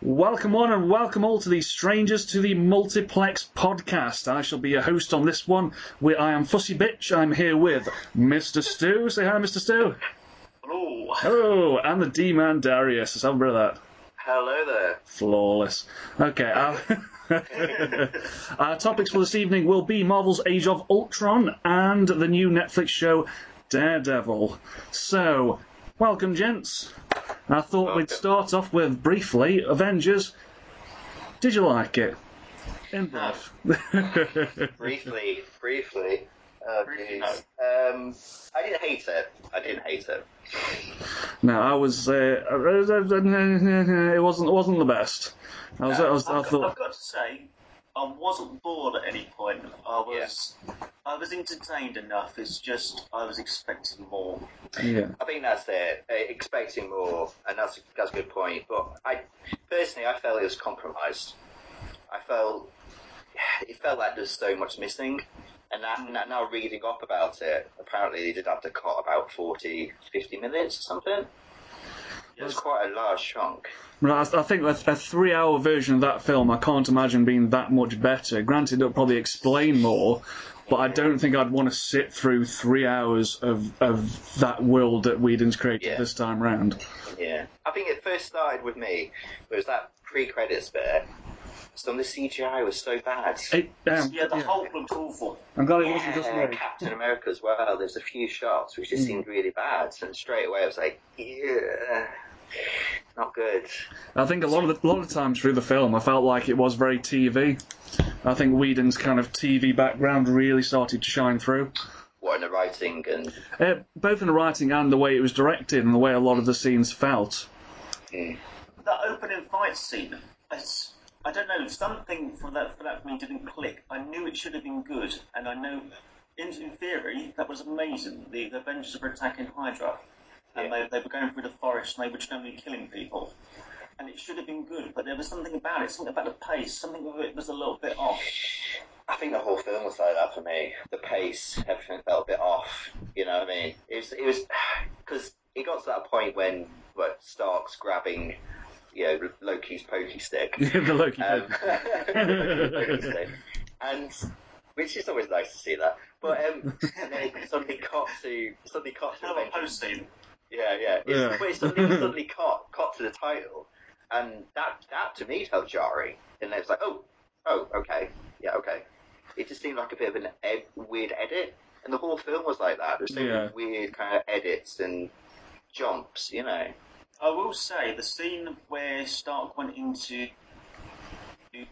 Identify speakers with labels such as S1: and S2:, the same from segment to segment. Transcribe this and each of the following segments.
S1: Welcome one and welcome all to the Strangers to the Multiplex podcast. I shall be your host on this one. Where I am Fussy Bitch. I'm here with Mr. Stu. Say hi, Mr. Stu.
S2: Hello.
S1: Hello, and the D Man Darius. Let's have a bit of that.
S2: Hello there.
S1: Flawless. Okay, our, our topics for this evening will be Marvel's Age of Ultron and the new Netflix show Daredevil. So, welcome, gents. I thought we'd
S2: Welcome.
S1: start off with briefly Avengers. Did you like it? In
S2: No.
S1: brief.
S2: Briefly, briefly. Oh,
S3: Briefly,
S2: jeez. Um, I didn't hate it. I didn't hate it.
S1: No, I was. Uh, it wasn't. It wasn't the best. I was. I, was, I
S3: I've, got,
S1: thought.
S3: I've got to say, I wasn't bored at any point. I was, I was entertained enough. It's just I was expecting more.
S1: Yeah.
S2: I think that's it. Uh, expecting more, and that's that's a good point. But I personally, I felt it was compromised. I felt it felt like there's so much missing. And that, and that now reading up about it, apparently they did have to cut about 40, 50 minutes or something. It was quite a large chunk.
S1: Right, I I think a, a three-hour version of that film, I can't imagine being that much better. Granted, it'll probably explain more, but I don't think I'd want to sit through three hours of, of that world that Whedon's created
S2: Yeah.
S1: this time round.
S2: Yeah, I think it first started with me. was that pre-credits bit. Some of the CGI was so bad.
S1: It, um,
S3: Yeah, the
S1: yeah.
S3: whole looked awful.
S1: I'm glad it wasn't just
S2: Yeah,
S1: me. Hmm.
S2: Captain America as well. There's a few shots which just seemed really bad, and straight away I was like, yeah, not good.
S1: I think a lot of the, lot of times through the film, I felt like it was very TV. I think Whedon's kind of TV background really started to shine through.
S2: What in the writing and
S1: Uh, both in the writing and the way it was directed and the way a lot of the scenes felt.
S3: That opening fight scene. It's, I don't know. Something for that for that for me didn't click. I knew it should have been good, and I know, in, in theory, that was amazing. The, the Avengers were attacking Hydra, and they, they were going through the forest and they were generally killing people. And it should have been good, but there was something about it, something about the pace, something of it was a little bit off.
S2: I think the whole film was like that for me. The pace, everything felt a bit off. You know what I mean? It was, it was, because it got to that point when, what Stark's grabbing, you know, Loki's pokey stick.
S1: the Loki.
S2: Um, and which is always nice to see that. But um, and then it suddenly caught to suddenly caught to
S3: Another
S2: Avengers.
S3: post scene.
S2: Yeah, yeah. It's,
S1: Yeah.
S2: But it suddenly suddenly caught caught to the title, and that that to me felt jarring. And then it's like, oh, oh, okay, yeah, okay. It just seemed like a bit of an ed- weird edit, and the whole film was like that. There's so many
S1: Yeah.
S2: weird kind of edits and jumps, you know.
S3: I will say the scene where Stark went into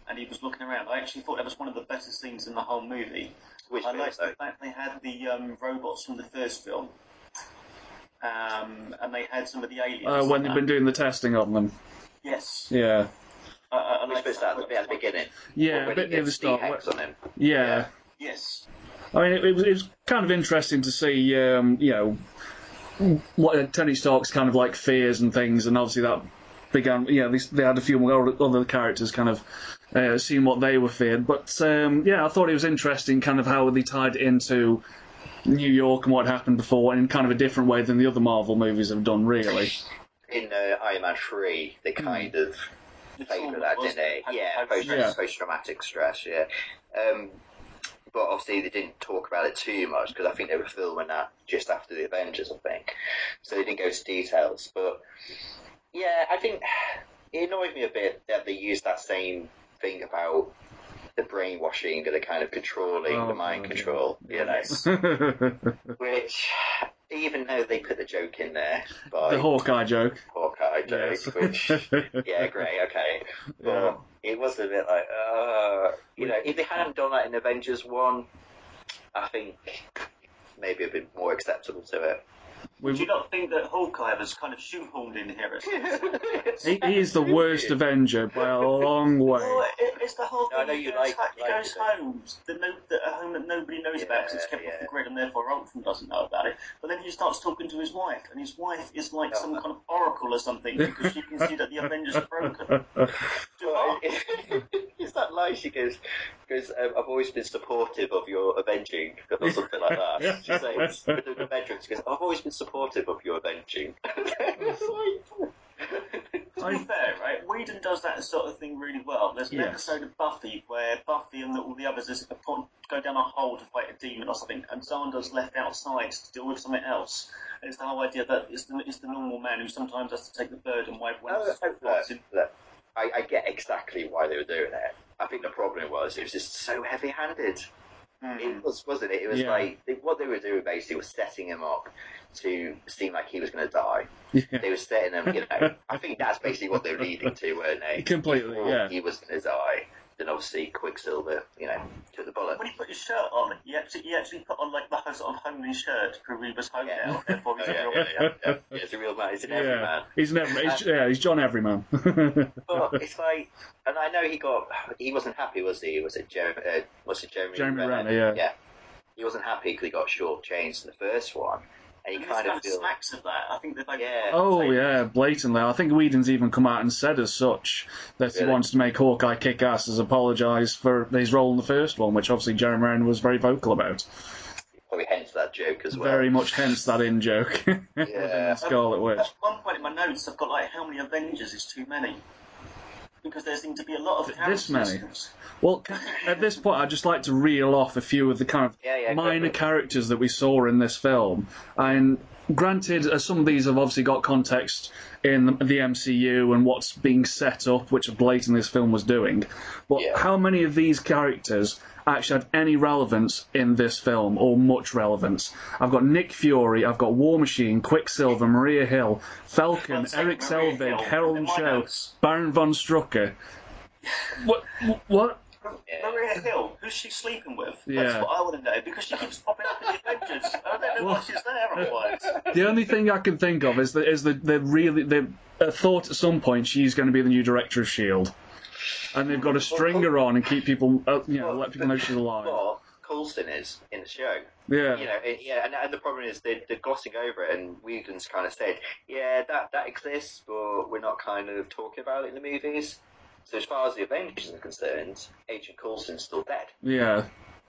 S3: and he was looking around. I actually thought that was one of the better scenes in the whole movie.
S2: Which
S3: I
S2: film,
S3: liked
S2: though?
S3: the fact they had the um, robots from the first film, um, and they had some of the aliens.
S1: Uh, when
S3: in
S1: they've
S3: that.
S1: been doing the testing on them.
S3: yes,
S1: Yeah.
S3: I, I, I
S2: Which
S3: liked
S2: bit's that? The bit at the beginning.
S1: Yeah,
S2: When
S1: a bit
S2: he
S1: near the
S2: gets
S1: start.
S2: hex on him.
S1: Yeah.
S3: Yes,
S1: I mean, it, it, was, it was kind of interesting to see, um, you know, what uh, Tony Stark's kind of like fears and things, and obviously that began, you know, they, they had a few more other characters kind of uh, seeing what they were feared. But um, yeah, I thought it was interesting kind of how they tied it into New York and what happened before in kind of a different way than the other Marvel movies have done, really.
S2: in uh, Iron Man 3,
S1: Hmm.
S2: they kind of
S3: the
S2: played
S3: trauma
S2: with that,
S3: was-
S2: didn't they? Yeah, post
S1: Yeah.
S2: traumatic stress, yeah. Um, but obviously, they didn't talk about it too much because I think they were filming that just after the Avengers, I think. So they didn't go to details. But yeah, I think it annoyed me a bit that they used that same thing about the brainwashing and the kind of controlling,
S1: Oh,
S2: the mind
S1: God, yeah.
S2: control, you know.
S1: the
S2: Which, even though they put the joke in there by
S1: Hawkeye joke.
S2: Hawkeye joke,
S1: Yes.
S2: which yeah, great, okay. But
S1: Yeah.
S2: it was a bit like, uh, you know, if they hadn't done that in Avengers 1, I think maybe it'd been more acceptable to it.
S3: Do you
S1: We've,
S3: not think that Hawkeye was kind of shoehorned in here?
S1: he, he is the worst Avenger by a long way.
S3: Well, it, it's the whole
S2: No,
S3: thing.
S2: I know
S3: he
S2: you
S3: goes,
S2: like-
S3: ho- he
S2: like
S3: goes
S2: it.
S3: home, the no, the, a home that nobody knows about because it's
S2: Yeah,
S3: kept off
S2: yeah.
S3: the grid and therefore Ultron doesn't know about it. But then he starts talking to his wife, and his wife is like
S2: No.
S3: some kind of oracle or something because she can see that the Avengers are broken.
S2: Well, Is that like she goes, because um, I've always been supportive of your avenging, or something like that. She says, with the bedroom, she goes, I've always been supportive of your avenging. It's like-
S3: to be fair, right, Whedon does that sort of thing really well. There's an
S1: Yes.
S3: episode of Buffy where Buffy and all the others is upon, go down a hole to fight a demon or something, and Xander's left outside to deal with something else. And it's the whole idea that it's the, it's the normal man who sometimes has to take the burden away when
S2: Oh,
S3: it's
S2: look,
S3: what's in-
S2: look, I, I get exactly why they were doing it. I think the problem was it was just so heavy-handed. It was, wasn't it? It was
S1: Yeah.
S2: like they, what they were doing basically was setting him up to seem like he was going to die.
S1: Yeah.
S2: They were setting him, you know. I think that's basically what they were leading to, weren't they?
S1: Completely,
S2: Before
S1: yeah.
S2: He was going to die. Then obviously Quicksilver, you know, took the bullet.
S3: When he put his shirt on, he actually, he actually put on like the whole sort of homely shirt because he was home
S2: Yeah.
S3: now, therefore he's
S2: Oh,
S3: a
S2: yeah,
S3: real
S2: yeah, yeah, yeah. It's a real man. It's an everyman.
S1: Yeah, he's never. He's, yeah, he's John Everyman.
S2: But it's like, and I know he got, he wasn't happy, was he? Was it Jeremy? Uh, was it Jeremy?
S1: Jeremy Renner, yeah.
S2: He wasn't happy because he got short changed in the first one, and he
S3: And
S2: kind of feels.
S3: smacks of that. I think that they
S2: Yeah.
S1: oh yeah, blatantly. I think Whedon's even come out and said as such that he
S2: Really?
S1: wants to make Hawkeye kick ass as apologise for his role in the first one, which obviously Jeremy Renner was very vocal about.
S2: Probably hence that joke as well.
S1: Very much hence that in joke.
S2: Yeah.
S1: Scarlet Witch.
S3: At one point in my notes, I've got like how many Avengers is too many because there seem to be a lot of
S1: This
S3: characters.
S1: many? Well, ca- at this point, I'd just like to reel off a few of the kind of
S2: Yeah, yeah, go for
S1: minor
S2: it.
S1: characters that we saw in this film. And granted, uh, some of these have obviously got context in the, the MCU and what's being set up, which blatantly this film was doing. But
S2: Yeah.
S1: how many of these characters actually had any relevance in this film, or much relevance? I've got Nick Fury, I've got War Machine, Quicksilver, Maria Hill, Falcon,
S3: One second,
S1: Eric
S3: Maria
S1: Selvig,
S3: Hill, in
S1: Harold
S3: my
S1: Cho,
S3: notes.
S1: Baron von Strucker. What? What?
S2: Yeah.
S3: Maria Hill, who's she sleeping with?
S1: Yeah.
S3: That's what I want to know because she keeps popping up in the Avengers. I don't know why she's there otherwise.
S1: The only thing I can think of is that is that they really they uh, thought at some point she's going to be the new director of Shield, E and they've got to string her on and keep people, uh, you know, let people know she's alive.
S2: But Coulson is in the show. You
S1: Yeah,
S2: know, it, yeah, and, and the problem is they're, they're glossing over it, and Whedon's kind of said, yeah, that, that exists, but we're not kind of talking about it in the movies. So as far as the Avengers are concerned, Agent Coulson's still dead.
S1: yeah,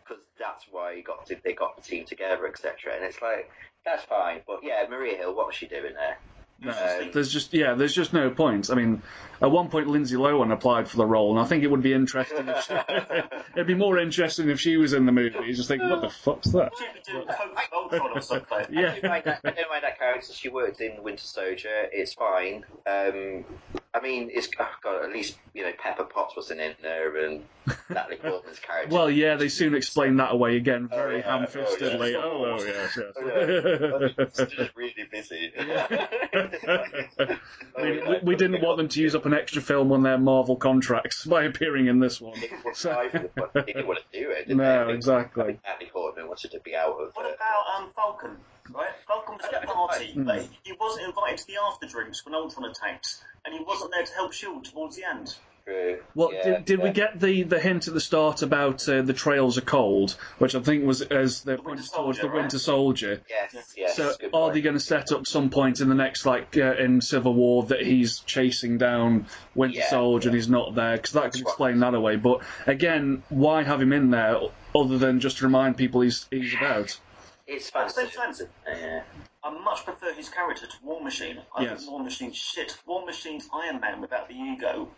S2: because that's why he got to, they got the team together, etc. And it's like that's fine, but yeah, Maria Hill, what was she doing there?
S1: No, there's just yeah, there's just no point. I mean, at one point Lindsay Lohan applied for the role, and I think it would be interesting. If she, it'd be more interesting if she was in the movie. You just think, what the fuck's that?
S3: She'd be doing Coke Voltron or something.
S1: Yeah.
S2: I don't mind that, I don't mind that character. She worked in Winter Soldier. It's fine. Um, I mean, it's oh god, at least you know Pepper Potts wasn't in there, and Natalie Portman's character.
S1: Well, yeah, they soon explain that away again, very
S2: yeah, oh,
S1: ham-fistedly.
S2: yeah.
S1: Oh, oh, yes, yes.
S2: Oh, yeah. It's just really busy. Oh,
S1: I mean, we, we didn't want them to use up an extra film on their Marvel contracts by appearing in this one.
S2: They didn't want to do it, didn't they?
S1: No,
S2: They-
S1: exactly.
S2: Natalie Portman wanted to be out of.
S3: What
S2: it.
S3: about um, Falcon? Right, Falcon was at a party,
S1: Hmm.
S3: but he wasn't invited to the after drinks when Ultron attacked, and he wasn't there to help Shield towards the end.
S2: True.
S1: Well,
S2: Yeah,
S1: did, did we
S2: yeah.
S1: get the, the hint at the start about uh, the trails are cold, which I think was as they
S3: Winter
S1: pointed towards the
S3: Soldier, right?
S1: Winter Soldier.
S2: Yes, yes.
S1: so,
S2: good
S1: are
S2: point.
S1: they going to set up some point in the next, like uh, in Civil War, that he's chasing down Winter
S2: Yeah,
S1: Soldier and he's not there? Because that could explain that away. But again, why have him in there other than just to remind people he's he's about?
S2: It's
S3: That's
S2: fancy.
S3: so fancy.
S2: Yeah.
S3: I much prefer his character to War Machine. I
S1: Yes.
S3: think War Machine's shit. War Machine's Iron Man without the ego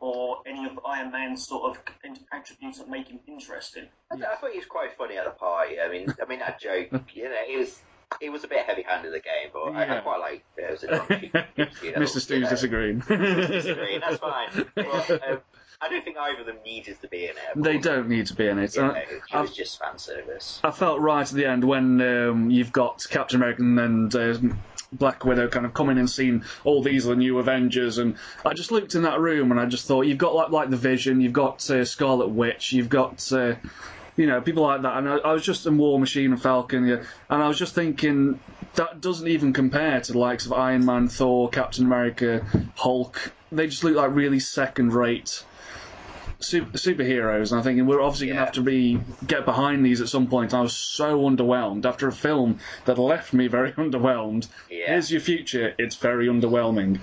S3: or any of Iron Man's sort of in- attributes that make him interesting.
S2: I, th- I thought he was quite funny at the party. I mean, I mean that joke. You know, it was it was a bit heavy-handed the game, but I, I
S1: Yeah.
S2: quite like it. It was a you know,
S1: Mr.
S2: you
S1: Stu's
S2: know,
S1: disagreeing.
S2: disagreeing, That's fine. But, um, I don't think either of them needed to be in it.
S1: They
S2: but,
S1: don't um, need to be in it.
S2: You know,
S1: I-
S2: it
S1: I-
S2: was just fan service.
S1: I felt right at the end when um, you've got Captain America and um Black Widow kind of coming and seeing all these are the new Avengers, and I just looked in that room and I just thought you've got like like the Vision, you've got uh, Scarlet Witch, you've got. Uh, you know, people like that, and I, I was just in War Machine and Falcon, yeah, and I was just thinking that doesn't even compare to the likes of Iron Man, Thor, Captain America, Hulk. They just look like really second-rate super, superheroes, and I think we're obviously going
S2: Yeah.
S1: to have to be get behind these at some point. I was so underwhelmed after a film that left me very underwhelmed.
S2: Yeah.
S1: Here's your future. It's very underwhelming.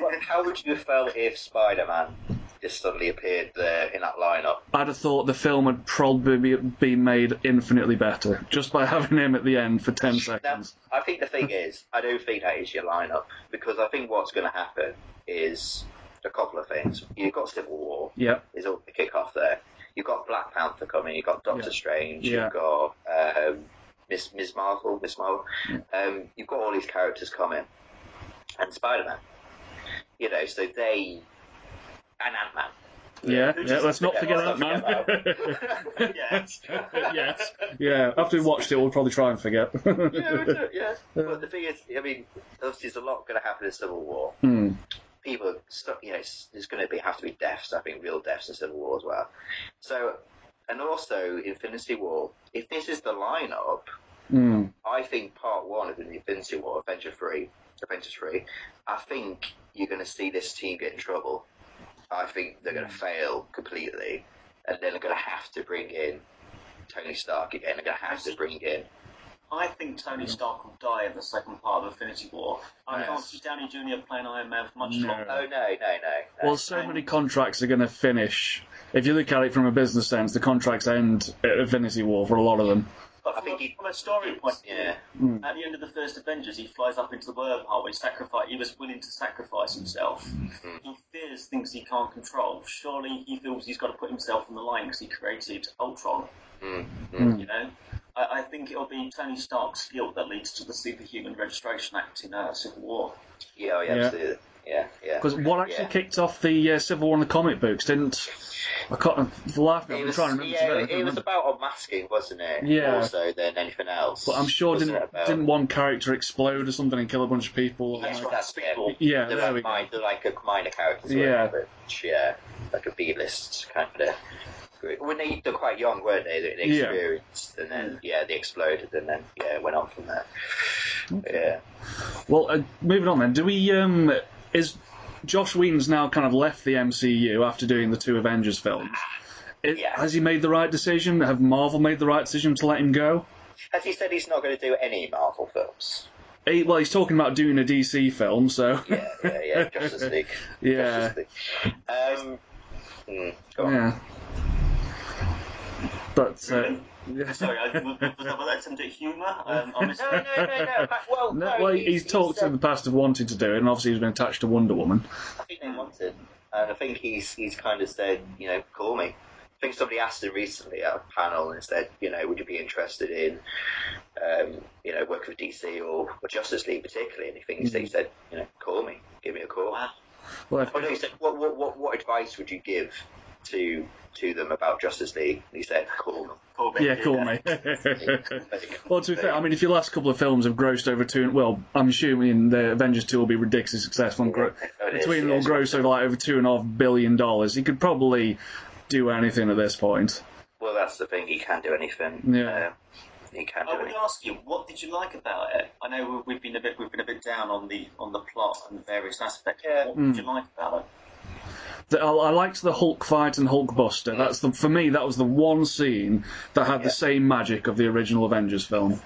S2: But how would you have felt if Spider-Man just suddenly appeared there in that lineup?
S1: I'd have thought the film would probably be, be made infinitely better just by having him at the end for ten
S2: Now,
S1: seconds.
S2: I think the thing is, I don't think that is your lineup because I think what's going to happen is a couple of things. You've got Civil War
S1: Yeah.
S2: is all the kick off there. You've got Black Panther coming. You've got Doctor
S1: Yeah.
S2: Strange.
S1: Yeah.
S2: You've got um, Miss Miss Marvel. Miss Marvel. Um, you've got all these characters coming, and Spider Man. You know, so they and Ant Man.
S1: Yeah,
S3: Who
S1: yeah,
S3: does-
S1: let's not
S2: forget-
S1: forget
S2: let's
S1: that, man.
S2: not
S1: yes. yes. Yeah, after we watched it, we'll probably try and forget.
S2: yeah, we do, yeah. But the thing is, I mean, obviously, there's a lot going to happen in Civil War.
S1: Hmm.
S2: People, are stu- you know, s- there's going to be have to be deaths. I think real deaths in Civil War as well. So, and also Infinity War. If this is the lineup,
S1: Hmm.
S2: I think Part One of the Infinity War, Avenger Three, Avengers Three. I think you're going to see this team get in trouble. I think they're going
S1: Hmm.
S2: to fail completely, and then they're going to have to bring in Tony Stark again. They're going to have to bring in
S3: I think Tony Stark will die in the second part of Infinity War. I
S2: Yes.
S3: can't see Downey Jr. playing Iron Man for much
S1: No.
S3: longer.
S2: Oh no, no, no. no.
S1: Well, so many contracts are going to finish. If you look at it from a business sense, the contracts end at Infinity War for a lot of them.
S3: But
S2: I
S3: from,
S2: think
S3: a,
S2: he-
S3: from a story point of view,
S2: yeah,
S3: At the end of the first Avengers, he flies up into the wormhole. He sacrifice. He was willing to sacrifice himself. He fears things he can't control. Surely he feels he's got to put himself on the line because he created Ultron.
S2: Mm,
S1: Hmm.
S3: You know, I, I think it'll be Tony Stark's guilt that leads to the Superhuman Registration Act in uh, Civil War.
S2: yeah, oh, yeah,
S1: Yeah.
S2: absolutely, yeah, yeah.
S1: Because what actually
S2: Yeah.
S1: kicked off the uh, Civil War in the comic books didn't. I can't. The life
S2: It
S1: I'm
S2: was,
S1: trying to remember.
S2: yeah,
S1: today, I
S2: it,
S1: can't
S2: was
S1: remember.
S2: about unmasking, wasn't it?
S1: Yeah.
S2: More so than anything else.
S1: But I'm sure
S2: wasn't
S1: didn't
S2: it, about-
S1: didn't one character explode or something and kill a bunch of people? Or
S2: Yes,
S1: like-
S2: that's it.
S1: Yeah,
S2: they're
S1: there
S2: like,
S1: we go.
S2: minor, they're like a minor characters.
S1: Yeah.
S2: Yeah, yeah, like a B-list kind of. group. When they they're quite young, weren't they? They, they
S1: Yeah.
S2: experienced, and then yeah, they exploded, and then yeah, it went on from there. Yeah.
S1: Well, uh, moving on then. Do we? Um, is Josh Whedon's now kind of left the MCU after doing the two Avengers films? It-
S2: Yeah.
S1: Has he made the right decision? Have Marvel made the right decision to let him go?
S2: As he said, he's not going to do any Marvel films.
S1: He, well, he's talking about doing a DC film, so
S2: Yeah, yeah, yeah. Justice League.
S1: yeah,
S2: Justice League. Um, mm, go on.
S1: yeah. But uh, yeah.
S3: Sorry, I, was, was that attempt at humour? Um, I missed
S2: No, no, no, no. but- Well,
S1: No,
S2: no, uh,
S1: well, he's, talked in
S2: said-
S1: the past of wanting to do it, and obviously he's been attached to Wonder Woman.
S2: I think they wanted, and I think he's he's kind of said, you know, call me. I think somebody asked him recently at a panel and said, you know, would you be interested in, um, you know, working with DC or, or Justice League particularly? And he thinks
S1: Mm.
S2: he said, you know, call me, give me a call.
S3: Wow.
S1: Well,
S2: Oh, no, he said, what, what what what advice would you give to to them about Justice League? And he said, call them.
S3: Corbett.
S1: yeah, cool, mate. well, to be fair, I mean, if your last couple of films have grossed over two, and well, I'm assuming the Avengers two will be ridiculously successful. And gro-
S2: Oh, it is,
S1: between
S2: it
S1: them, will
S2: is.
S1: gross over like over two and a half billion dollars. He could probably do anything at this point.
S2: Well, that's the thing. He can do anything.
S1: Yeah.
S2: Um, he can do
S3: I would
S2: anything.
S3: ask you, what did you like about it? I know we- we've been a bit we've been a bit down on the on the plot and various aspects. but
S2: Yeah.
S3: What did you
S1: Mm.
S3: like about it?
S1: The- I, I liked the Hulk fight and Hulk Buster. That's the for me that was the one scene that had the same magic of the original Avengers film,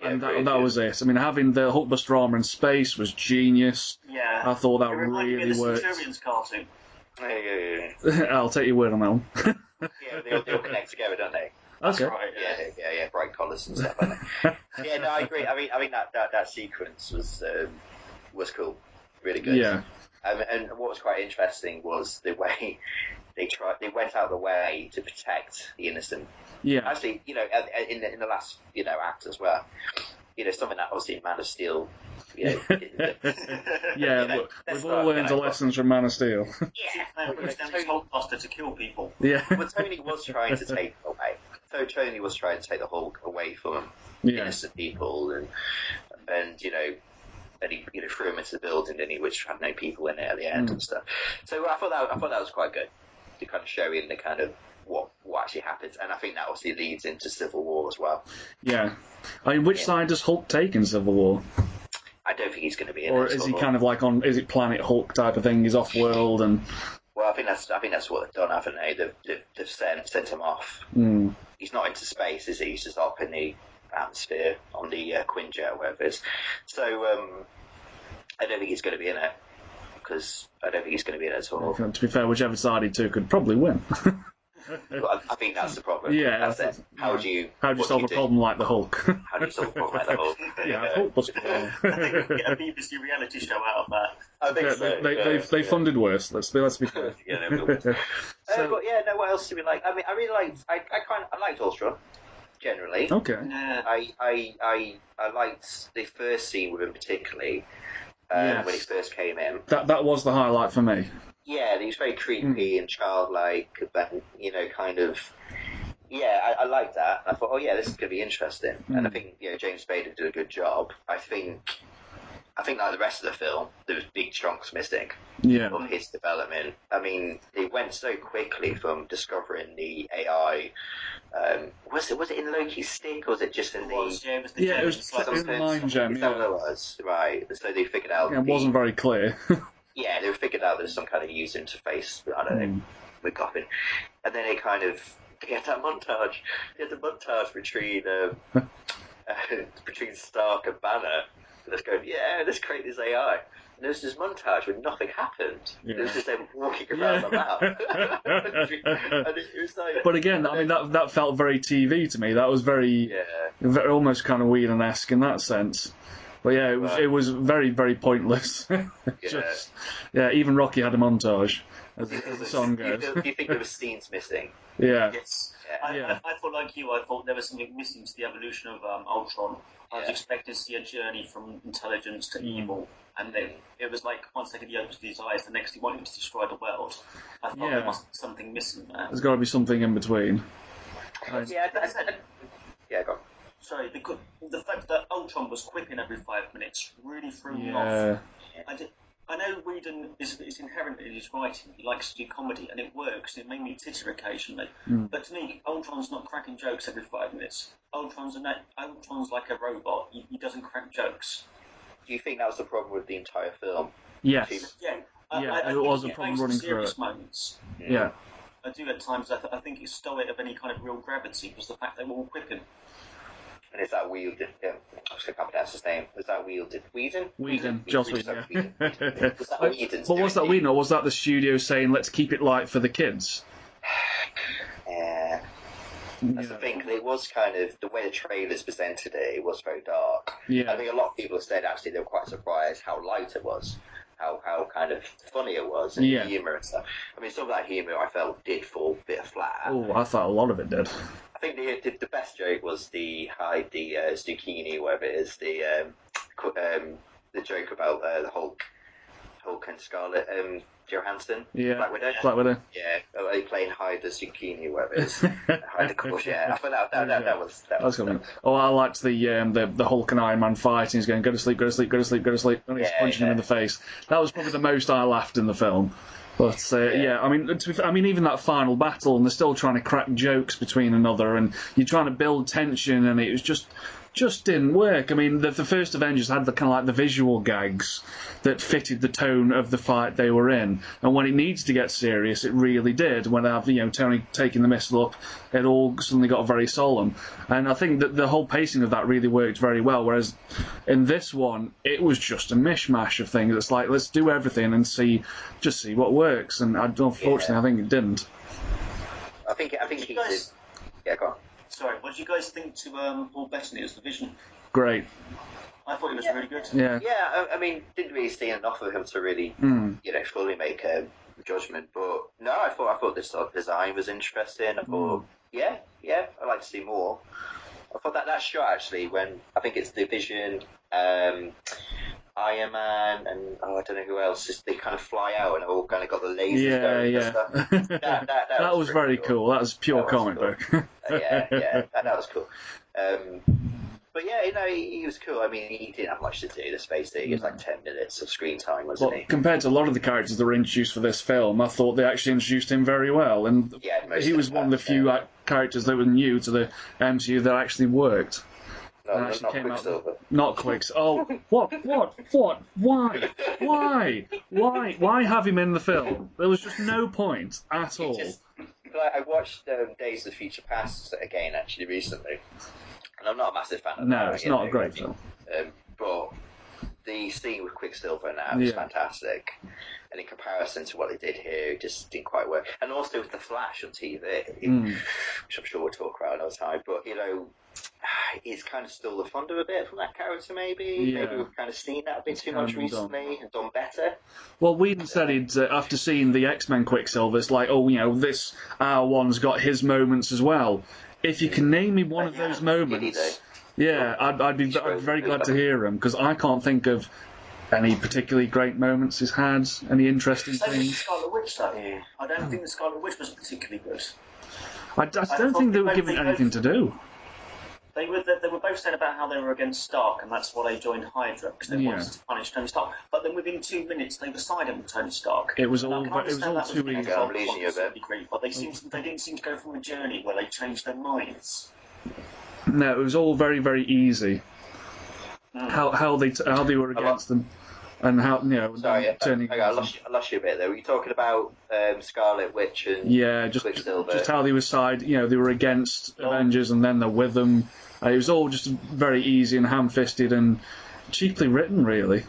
S2: Yeah,
S1: and
S2: agreed,
S1: that, that
S2: yeah.
S1: was it. I mean, having the Hulkbuster armor in space was genius.
S3: Yeah,
S1: I thought that
S3: it reminded me of
S1: really
S3: the
S1: worked.
S3: Centurions cartoon.
S2: Yeah, yeah, yeah,
S1: I'll take your word on that one.
S2: yeah. yeah they, all, they all connect together, don't they?
S1: okay.
S3: Right.
S2: yeah, yeah, yeah, bright colours and stuff. Like that. yeah, no, I agree. I mean, I mean that that, that sequence was um, was cool, really good.
S1: Yeah.
S2: Um, and what was quite interesting was the way they tried. They went out of the way to protect the innocent.
S1: Yeah.
S2: Actually, you know, at- at- in the, in the last you know act as well. You know, something that obviously Man of Steel. You know, didn't do.
S1: Yeah,
S2: You know,
S1: look,
S2: let's
S1: we've
S2: not,
S1: all
S2: you
S1: learned
S2: know,
S1: the lessons from Man of Steel.
S2: Yeah,
S3: No, it was down to Hulkbuster to kill people.
S1: yeah.
S2: well, Tony was trying to take away. So Tony was trying to take the Hulk away from him.
S1: Yeah.
S2: innocent people and and you know and he you know threw him into the building didn't he which had no people in it at the
S1: Hmm.
S2: end and stuff so I thought that I thought that was quite good to kind of show in the kind of what what actually happens and I think that obviously leads into Civil War as well
S1: Yeah. I mean, which
S2: Yeah.
S1: side does Hulk take in Civil War?
S2: I don't think he's going to be in
S1: Or
S2: it,
S1: is
S2: Civil
S1: he
S2: War.
S1: kind of like on, is it Planet Hulk type of thing? He's off world and.
S2: well I think that's I think that's what they've done haven't they they've, they've, they've sent, sent him off
S1: Mm,
S2: he's not into space is he he's just up in the atmosphere on the uh, Quinjet or whatever it is so um, I don't think he's going to be in it because I don't think he's going to be in it at all
S1: to be fair, whichever side he took could probably win.
S2: But I, I think that's the problem.
S1: Yeah,
S2: That's
S1: that's-
S2: it. How do you
S1: How do you
S2: what
S1: solve a problem like the Hulk?
S2: How do you solve a problem like that? Well,
S1: yeah, Hulk was problem.
S3: I think we can get a BBC reality show out of that.
S2: I think
S1: Yeah,
S2: so.
S1: they, they,
S2: yeah,
S1: they've, they
S2: yeah.
S1: funded worse. Let's be let's be fair.
S2: Yeah, they will. uh,
S1: so,
S2: but yeah, no. What else do we like? I mean, I really liked. I, I kind of I liked Ultron generally.
S1: okay,
S3: Yeah.
S2: I, I I I liked the first scene with him particularly um,
S1: Yes.
S2: when he first came in.
S1: that that was the highlight for me.
S2: Yeah, he was very creepy
S1: Hmm.
S2: and childlike, but you know, kind of. Yeah, I, I liked that. I thought, oh yeah, this is going to be interesting,
S1: Hmm.
S2: and I think you know James Bader did a good job. I think, I think like the rest of the film, there was big chunks missing
S1: Yeah,
S2: of his development. I mean, it went so quickly from discovering the AI. Um, was it was it in Loki's stick or was it just in
S3: It
S2: the?
S3: was, yeah, it was the
S1: yeah, it
S3: gem.
S1: was,
S3: It's
S1: it
S3: like-
S1: was a mind gem.
S2: Is that what
S1: Yeah.
S2: it was? Right. So they figured out.
S1: It
S2: the-
S1: wasn't very clear.
S2: yeah, they figured out there's some kind of user interface. I don't
S1: Hmm.
S2: know, with Goffin, and then they kind of they had that montage. They had the montage between um, uh, between Stark and Banner. Let's go. Yeah, let's create this AI. And there was this montage where nothing happened. It
S1: Yeah.
S2: was just them walking around the map. and it was like,
S1: but again, I mean that that felt very TV to me. That was very,
S2: yeah,
S1: very almost kind of Whedon esque in that sense. But yeah, it, was
S2: Right.
S1: it was very very pointless.
S2: yeah.
S1: Just yeah, even Rocky had a montage as, as the song
S2: you,
S1: goes.
S2: feel- you think there were scenes missing?
S1: yeah,
S3: Yes.
S2: Yeah.
S3: I,
S1: Yeah.
S3: I, I thought, like you, I thought there was something missing to the evolution of um, Ultron. I was
S2: Yeah.
S3: expecting to see a journey from intelligence
S1: Mm.
S3: to evil, and then it was like one second he opened his eyes, the next he wanted to destroy the world. I thought
S1: Yeah.
S3: there must be something missing there.
S1: there's got to be something in between.
S2: Yeah, I, I, I, yeah, go on.
S3: Sorry, the, qu- the fact that Ultron was quipping every five minutes really threw me off.
S1: Yeah,
S3: I, did, I know Whedon is, is inherent in his writing. He likes to do comedy, and it works. It made me titter occasionally.
S1: Hmm.
S3: But to me, Ultron's not cracking jokes every five minutes. Ultron's, a na- Ultron's like a robot. He, he doesn't crack jokes.
S2: Do you think that was the problem with the entire film?
S1: yes,
S3: Yeah, I-
S1: Yeah,
S3: I, I
S1: it
S3: think
S1: was
S3: he
S1: a problem
S3: goes to
S1: running through
S3: serious
S1: it.
S3: moments.
S1: yeah.
S3: I do at times. I, th- I think it stole it of any kind of real gravity was the fact they were all quipping.
S2: And is that wielded? Yeah, I was going to pronounce his name. Was that wielded? Whedon?
S1: Whedon, Joss
S2: Was
S1: Whedon.
S2: that
S1: Yeah.
S2: Whedon? Was that Whedon's
S1: But was that
S2: doing?
S1: Whedon, or was that the studio saying, "Let's keep it light for the kids"?
S2: Yeah. That's the thing. It was kind of the way the trailers presented it. It was very dark.
S1: Yeah.
S2: I think a lot of people have said actually they were quite surprised how light it was, how how kind of funny it was, and
S1: Yeah.
S2: humor and stuff. I mean, some of that humor I felt did fall a bit flat.
S1: Oh, I thought a lot of it did.
S2: I think the, the the best joke was the hide the uh, zucchini, whatever it is, the um, qu- um, the joke about uh, the Hulk, Hulk and Scarlet um, Johansson,
S1: Yeah.
S2: Black Widow.
S1: Black Widow.
S2: Yeah, oh, they playing hide the zucchini, whatever it is, hide the course. Yeah, I thought that, that, that, that was that
S1: That was
S2: was.
S1: good. Oh, I liked the um, the the Hulk and Iron Man fighting. He's going, "Go to sleep, go to sleep, go to sleep, go to sleep," and he's
S2: Yeah,
S1: punching him in
S2: yeah.
S1: the face. That was probably the most I laughed in the film. But uh, yeah. I mean, to be, fair- I mean, even that final battle, and they're still trying to crack jokes between another, and you're trying to build tension, and it was just just didn't work. I mean, the, the first Avengers had the kind of like the visual gags that fitted the tone of the fight they were in, and when it needs to get serious, it really did. When they have you know Tony taking the missile up, it all suddenly got very solemn, and I think that the whole pacing of that really worked very well. Whereas in this one, it was just a mishmash of things. It's like let's do everything and see, just see what works, and I, unfortunately,
S2: Yeah.
S1: I think it didn't.
S2: I think I think
S3: Did
S2: he
S3: you
S2: did.
S3: guys-
S2: Yeah, go on.
S3: Sorry, what did you guys think to um, Paul Bettany as the Vision?
S1: Great,
S3: I thought it was really good.
S1: yeah, Hmm.
S2: Yeah, I, I mean, didn't really see enough of him to really, you know, fully make a judgment. But no, I thought I thought this sort of design was interesting. I
S1: Mm.
S2: thought, yeah, yeah, I'd like to see more. I thought that that shot actually, when I think it's the Vision, um, Iron Man, and oh, I don't know who else, just they kind of fly out and all kind of got the lasers
S1: yeah,
S2: going
S1: yeah.
S2: and stuff. That, that, that
S1: That was
S2: pretty
S1: very cool. That was pure
S2: That was
S1: comic
S2: cool.
S1: book.
S2: Uh, yeah, yeah, that, that was cool. Um, but yeah, you know, he, he was cool. I mean, he didn't have much to do. The space thing, it was
S1: Mm.
S2: like ten minutes of screen time, wasn't
S1: But
S2: he?
S1: compared to a lot of the characters that were introduced for this film, I thought they actually introduced him very well, and
S2: Yeah, most
S1: he
S2: of
S1: was
S2: the
S1: one of the
S2: cast,
S1: few
S2: yeah.
S1: like, characters that were new to the MCU that actually worked.
S2: No,
S1: and
S2: not,
S1: actually
S2: not
S1: came out-
S2: Quicksilver.
S1: Not Quicks. Oh, what, what, what? Why, why, why, why have him in the film? There was just no point at all.
S2: Just, like, I watched um, Days of the Future Past again actually recently, and I'm not a massive fan of that.
S1: No,
S2: I
S1: it's
S2: get
S1: not a
S2: it,
S1: great
S2: really.
S1: film.
S2: Um, but the scene with Quicksilver now is
S1: Yeah.
S2: fantastic. And in comparison to what they did here, it just didn't quite work. And also with the Flash on TV,
S1: Mm.
S2: which I'm sure we'll talk about another time. But you know, it's kind of still the fond of a bit from that character. Maybe
S1: Yeah.
S2: maybe we've kind of seen that a bit too
S1: Kind
S2: much
S1: of moved on.
S2: recently and done better.
S1: Well, Whedon said he'd, uh, after seeing the X Men Quicksilver, it's like, oh, you know, this R1's got his moments as well. If you can name me one of
S2: Yeah,
S1: those
S2: did he
S1: moments, yeah, I'd, I'd be I'd be very glad to hear him because I can't think of any particularly great moments he's had, any interesting
S3: Same with the
S1: things.
S3: Scarlet Witch, though. I
S1: Hmm.
S3: don't think the Scarlet Witch was particularly good.
S1: I, I don't think they were given anything to do.
S3: They were they, they were both saying about how they were against Stark, and that's why they joined Hydra because they
S1: Yeah.
S3: wanted to punish Tony Stark. But then within two minutes, they were siding with Tony Stark.
S1: It was
S3: And I
S1: all
S3: can
S1: it was
S3: understand
S1: all
S3: that
S1: too
S3: being
S1: easy. Oh.
S2: Yeah, I'm losing you a
S3: controversial
S2: bit.
S3: degree, But they seem to- they didn't seem to go from a journey where they changed their minds.
S1: No, it was all very very easy.
S2: Hmm.
S1: How how they t- how they were against them, and how you know
S2: Sorry, I,
S1: turning.
S2: I, I, lost you, I lost you a bit there. Were you talking about um, Scarlet Witch and
S1: Yeah, just
S2: Quicksilver?
S1: just how they were side. You know, they were against
S2: Oh.
S1: Avengers, and then they're with them. Uh, it was all just very easy and ham-fisted and cheaply written, really.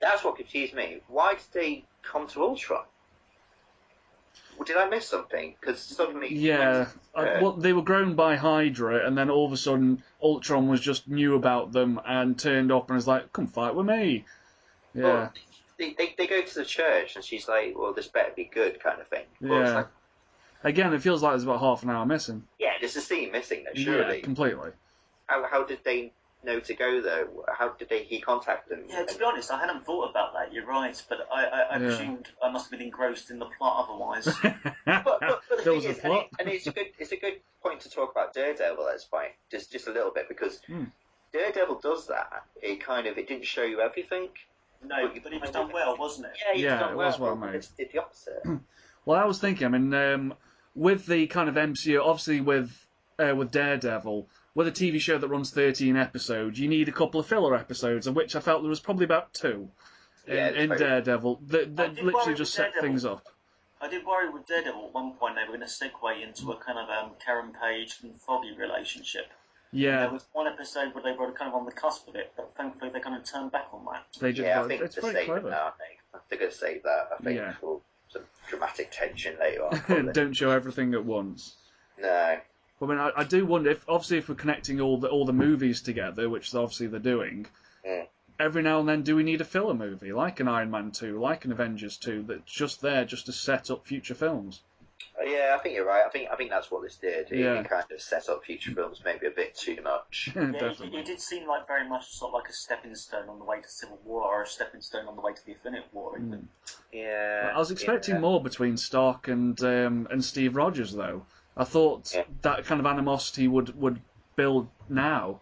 S2: That's what confused me. Why did they come to Ultron? Well, did I miss something? Because suddenly,
S1: Yeah,
S2: Yeah.
S1: I, well, they were grown by Hydra, and then all of a sudden, Ultron was just knew about them and turned up and was like, "Come fight with me." Yeah,
S2: Well, they, they, they go to the church and she's like, "Well, this better be good," kind of thing. Well, it's
S1: yeah.
S2: like,
S1: Again, it feels like there's about half an hour missing.
S2: yeah, there's a scene missing there.
S1: Yeah,
S2: Surely,
S1: completely.
S2: how, how did they know to go there? How did they he contact them?
S3: Yeah, to be honest, I hadn't thought about that. You're right, but I, I, I
S1: Yeah.
S3: presumed I must have been engrossed in the plot otherwise.
S2: but, but, but the
S1: there
S2: thing
S1: was a
S2: is, and,
S1: plot.
S2: it, and it's a good it's a good point to talk about Daredevil at this point, just just a little bit because
S1: Hmm.
S2: Daredevil does that. It kind of it didn't show you everything.
S3: no, but it was done well, wasn't it?
S2: Yeah, he's
S1: Yeah,
S2: done
S1: it was Hmm.
S2: well,
S1: well
S2: but
S1: made.
S2: It's, it's the opposite.
S1: Well, I was thinking. I mean, um, with the kind of MCU, obviously with uh, with Daredevil, with a TV show that runs thirteen episodes, you need a couple of filler episodes, of which I felt there was probably about two in,
S2: Yeah, it's
S1: in
S2: very-
S1: Daredevil that,
S3: I
S1: that
S3: did worry
S1: literally
S3: with
S1: just set
S3: Daredevil.
S1: things up.
S3: I did worry with Daredevil at one point they were going to segue into a kind of um, Karen Page and Foggy relationship. There
S1: Yeah,
S3: was uh, one episode where they were kind of on the cusp of it, but thankfully they kind of turned back on that.
S1: they just
S2: yeah, I
S1: go-
S2: think
S1: it's
S2: they're
S1: very
S2: saving that.
S1: clever.
S2: Aren't they? They're going to save that. I think
S1: Yeah.
S2: for some dramatic tension later on. uh, probably.
S1: Don't show everything at once.
S2: no.
S1: Well, I mean, I, I do wonder if obviously if we're connecting all the all the movies together, which obviously they're doing.
S2: Yeah.
S1: Every now and then, do we need a filler movie like an Iron Man two, like an Avengers two, that's just there just to set up future films?
S2: Yeah, I think you're right. I think I think that's what this did. It,
S1: Yeah.
S2: it kind of set up future films maybe a bit too much.
S3: Yeah, it,
S1: Definitely.
S3: it did seem like very much sort of like a stepping stone on the way to Civil War or a stepping stone on the way to the Infinite War. Even.
S1: Mm.
S2: Yeah.
S1: Hmm. I was expecting
S2: yeah.
S1: more between Stark and um, and Steve Rogers though. I thought
S2: Yeah.
S1: that kind of animosity would would build now.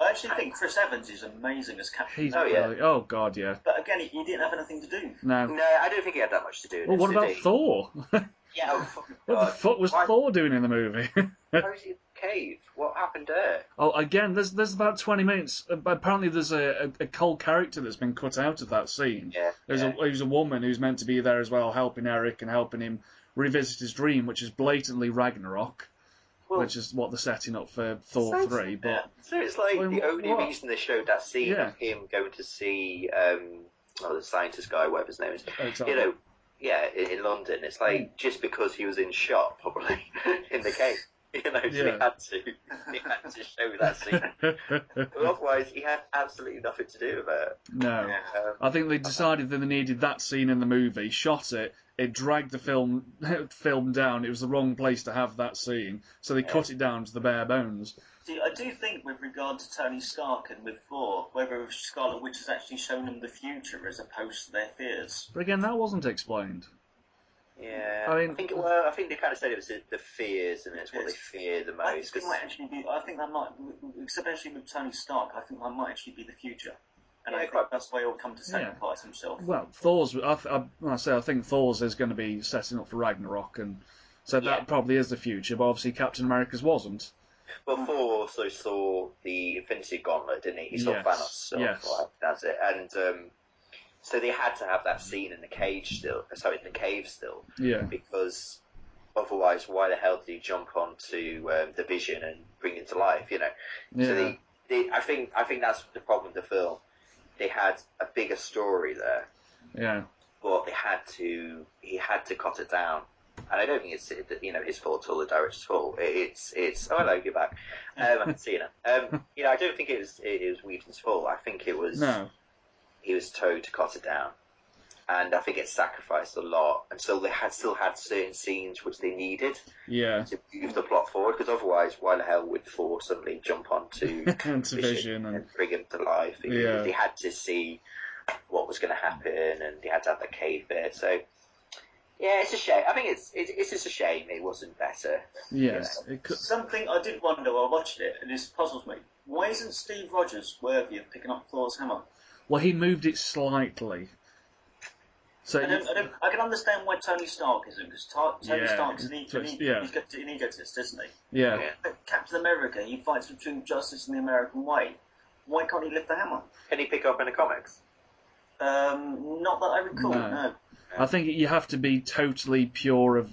S3: I actually think Chris Evans is amazing as Captain.
S1: He's
S2: Oh, yeah.
S1: really- oh god, yeah.
S3: But again, he, he didn't have anything to do.
S1: No.
S2: No, I don't think he had that much to do. with
S1: well, what
S2: this, did
S1: about
S2: he?
S1: Thor?
S2: Yeah. Oh, fucking
S1: what the
S2: God.
S1: fuck was
S2: Why-
S1: Thor doing in the movie?
S2: How is he in the cave? What happened there?
S1: Oh, again, there's there's about twenty minutes. Uh, Apparently, there's a, a, a cold character that's been cut out of that scene.
S2: Yeah.
S1: There's
S2: yeah.
S1: a there's a woman who's meant to be there as well, helping Eric and helping him revisit his dream, which is blatantly Ragnarok,
S2: Well,
S1: which is what they're setting up for Thor
S2: Sounds-
S1: three. But
S2: So it's like
S1: Well,
S2: the only
S1: what?
S2: reason they showed that scene
S1: Yeah.
S2: of him going to see um, oh, the scientist guy, whatever his name is.
S1: Exactly.
S2: You know, yeah, in, in London, it's like
S1: Hmm.
S2: just because he was in shot, probably in the cave. You know, so he
S1: Yeah.
S2: had to, he had to show that scene. But otherwise, he had absolutely nothing to do with it.
S1: no,
S2: Um,
S1: I think they decided that they needed that scene in the movie. Shot it. It dragged the film film down. It was the wrong place to have that scene, so they cut it down to the bare bones.
S3: See, I do think with regard to Tony Stark and with Thor, whether Scarlet Witch has actually shown them the future as opposed to their fears.
S1: But again, that wasn't explained.
S2: yeah,
S1: I
S2: I,
S1: mean-
S2: think well, I think they kind of said it was the, the fears, and it's what they fear the
S3: I think
S2: most.
S3: it
S2: 'cause-
S3: might actually be. I think that might, especially with Tony Stark, I think that might actually be the future. And
S2: Yeah,
S3: I think
S2: quite-
S3: that's why he'll come to sacrifice himself.
S1: Well, Thor's. I, th- I, when I say I think Thor's is going to be setting up for Ragnarok, and so that
S2: Yeah.
S1: probably is the future. But obviously, Captain America's wasn't.
S2: Well, Thor also saw the Infinity Gauntlet, didn't he? He saw
S1: Yes,
S2: Thanos. So
S1: yes.
S2: like, that's it. And um, so they had to have that scene in the cage still. uh, Sorry, in the cave still,
S1: Yeah,
S2: because otherwise, why the hell did he jump onto um, the Vision and bring it to life? You know.
S1: yeah,
S2: So they, they, I think, I think that's the problem with the film. They had a bigger story there,
S1: yeah.
S2: but they had to he had to cut it down. And I don't think it's you know his fault or the director's fault. It's it's oh hello you're back. Um, I haven't seen it. Um, you know I don't think it was it was Whedon's fault. I think it was
S1: No.
S2: he was told to cut it down. And I think it sacrificed a lot, and so they had still had certain scenes which they needed
S1: Yeah.
S2: to move the plot forward. Because otherwise, why the hell would Thor suddenly jump onto
S1: and to vision and
S2: bring him to life. He-
S1: Yeah.
S2: They had to see what was going to happen, and they had to have the cave bit. So, yeah, it's a shame. I think it's it's, it's just a shame it wasn't better.
S1: yes, it could,
S3: Something I did wonder while watching it, and this puzzles me. Why isn't Steve Rogers worthy of picking up Thor's hammer?
S1: well, he moved it slightly. So
S3: I,
S2: uh,
S3: don't, I, don't, I can understand why Tony Stark isn't, because Tony
S1: Yeah,
S3: Stark is an, e-
S1: so
S3: an,
S1: it's-
S3: e-
S1: yeah.
S3: he's got an egotist, isn't he?
S1: yeah.
S2: Yeah.
S3: But Captain America, he fights for true justice in the American way. Why can't he lift the hammer?
S2: Can you pick up in the comics?
S3: Um, not that I recall,
S1: No.
S3: no.
S1: I think you have to be totally pure of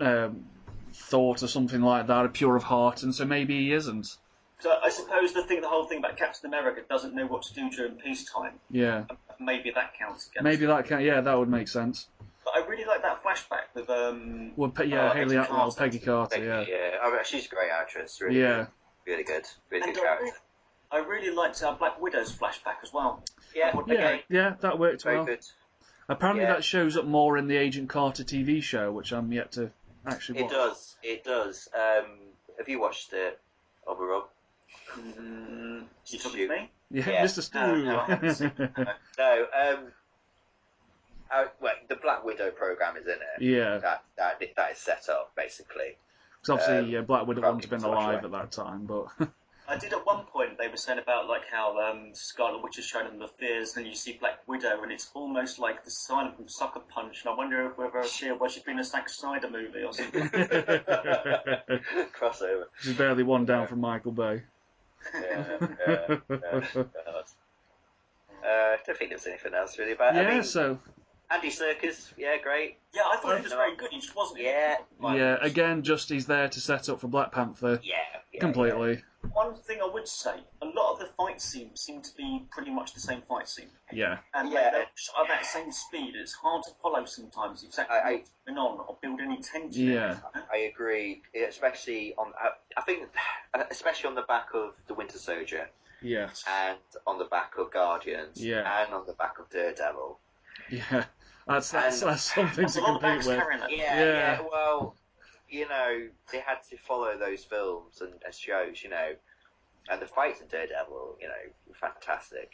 S1: um, thought or something like that, or pure of heart, and so maybe he isn't.
S3: So I suppose the thing, the whole thing about Captain America doesn't know what to do during peacetime.
S1: Yeah,
S3: Maybe that counts against.
S1: maybe that can. Yeah, that would make sense.
S3: But I really like that flashback with um.
S1: Well, Pe- yeah,
S2: Oh,
S3: uh,
S1: Haley
S3: Agent
S1: Atwell,
S3: Carter.
S1: Peggy Carter. Yeah,
S2: I mean, she's a great actress. Really,
S1: yeah,
S2: really good, really
S3: And
S2: good
S3: I
S2: character.
S3: really, I really liked uh, Black Widow's flashback as well.
S2: Yeah,
S3: Yeah.
S1: yeah,
S2: okay,
S1: yeah. That worked
S2: very
S1: well.
S2: good.
S1: Apparently,
S2: Yeah.
S1: that shows up more in the Agent Carter TV show, which I'm yet to actually
S2: It
S1: watch.
S2: does, it does. Um, have you watched it, Overall?
S3: Mm, you
S2: Mm-hmm. Shoot.
S3: talking to me?
S1: Yeah,
S2: Yeah.
S1: Mr. Stu.
S3: No, no, I haven't seen it.
S2: No. Um, I, well, the Black Widow program is in it.
S1: yeah,
S2: That, that that is set up basically.
S1: because obviously
S2: Um,
S1: uh, Black Widow
S2: Rocky
S1: wouldn't have been
S2: Horror
S1: alive
S2: Show.
S1: at that time, but
S3: I did at one point. They were saying about like how um, Scarlet Witch is showing them the fears, and you see Black Widow, and it's almost like the silent from Sucker Punch. And I wonder whether she was she's been in a Zack Snyder movie or something.
S1: she's
S2: crossover.
S1: barely one down from Michael Bay.
S2: Yeah, yeah, yeah. Uh, I don't think there's anything else really about. it. Uh, I
S1: yeah,
S2: mean,
S1: so
S2: Andy Circus, yeah, great.
S3: yeah, I thought it was very good. He just wasn't.
S2: Yeah,
S1: yeah, again, just he's there to set up for Black Panther
S2: yeah, yeah
S1: completely.
S3: One thing I would say, a lot of the fight scenes seem to be pretty much the same fight scene,
S1: Yeah,
S3: and
S2: Yeah.
S3: yeah. they're shot at that same speed. It's hard to follow sometimes exactly
S2: I- I-
S3: what's going on or build any tension.
S1: yeah,
S2: yeah. I agree, especially on. I, I think, uh, especially on the back of the Winter Soldier
S1: yeah,
S2: and on the back of Guardians
S1: Yeah.
S2: and on the back of Daredevil.
S1: yeah. That's that's,
S2: And-
S1: that's something
S3: That's
S1: to
S3: a lot of
S1: compete
S3: bags
S1: with.
S3: carrying that.
S2: Yeah,
S1: Yeah.
S2: yeah. Well, you know, they had to follow those films and, and shows, you know, and the fights in Daredevil, you know, were fantastic.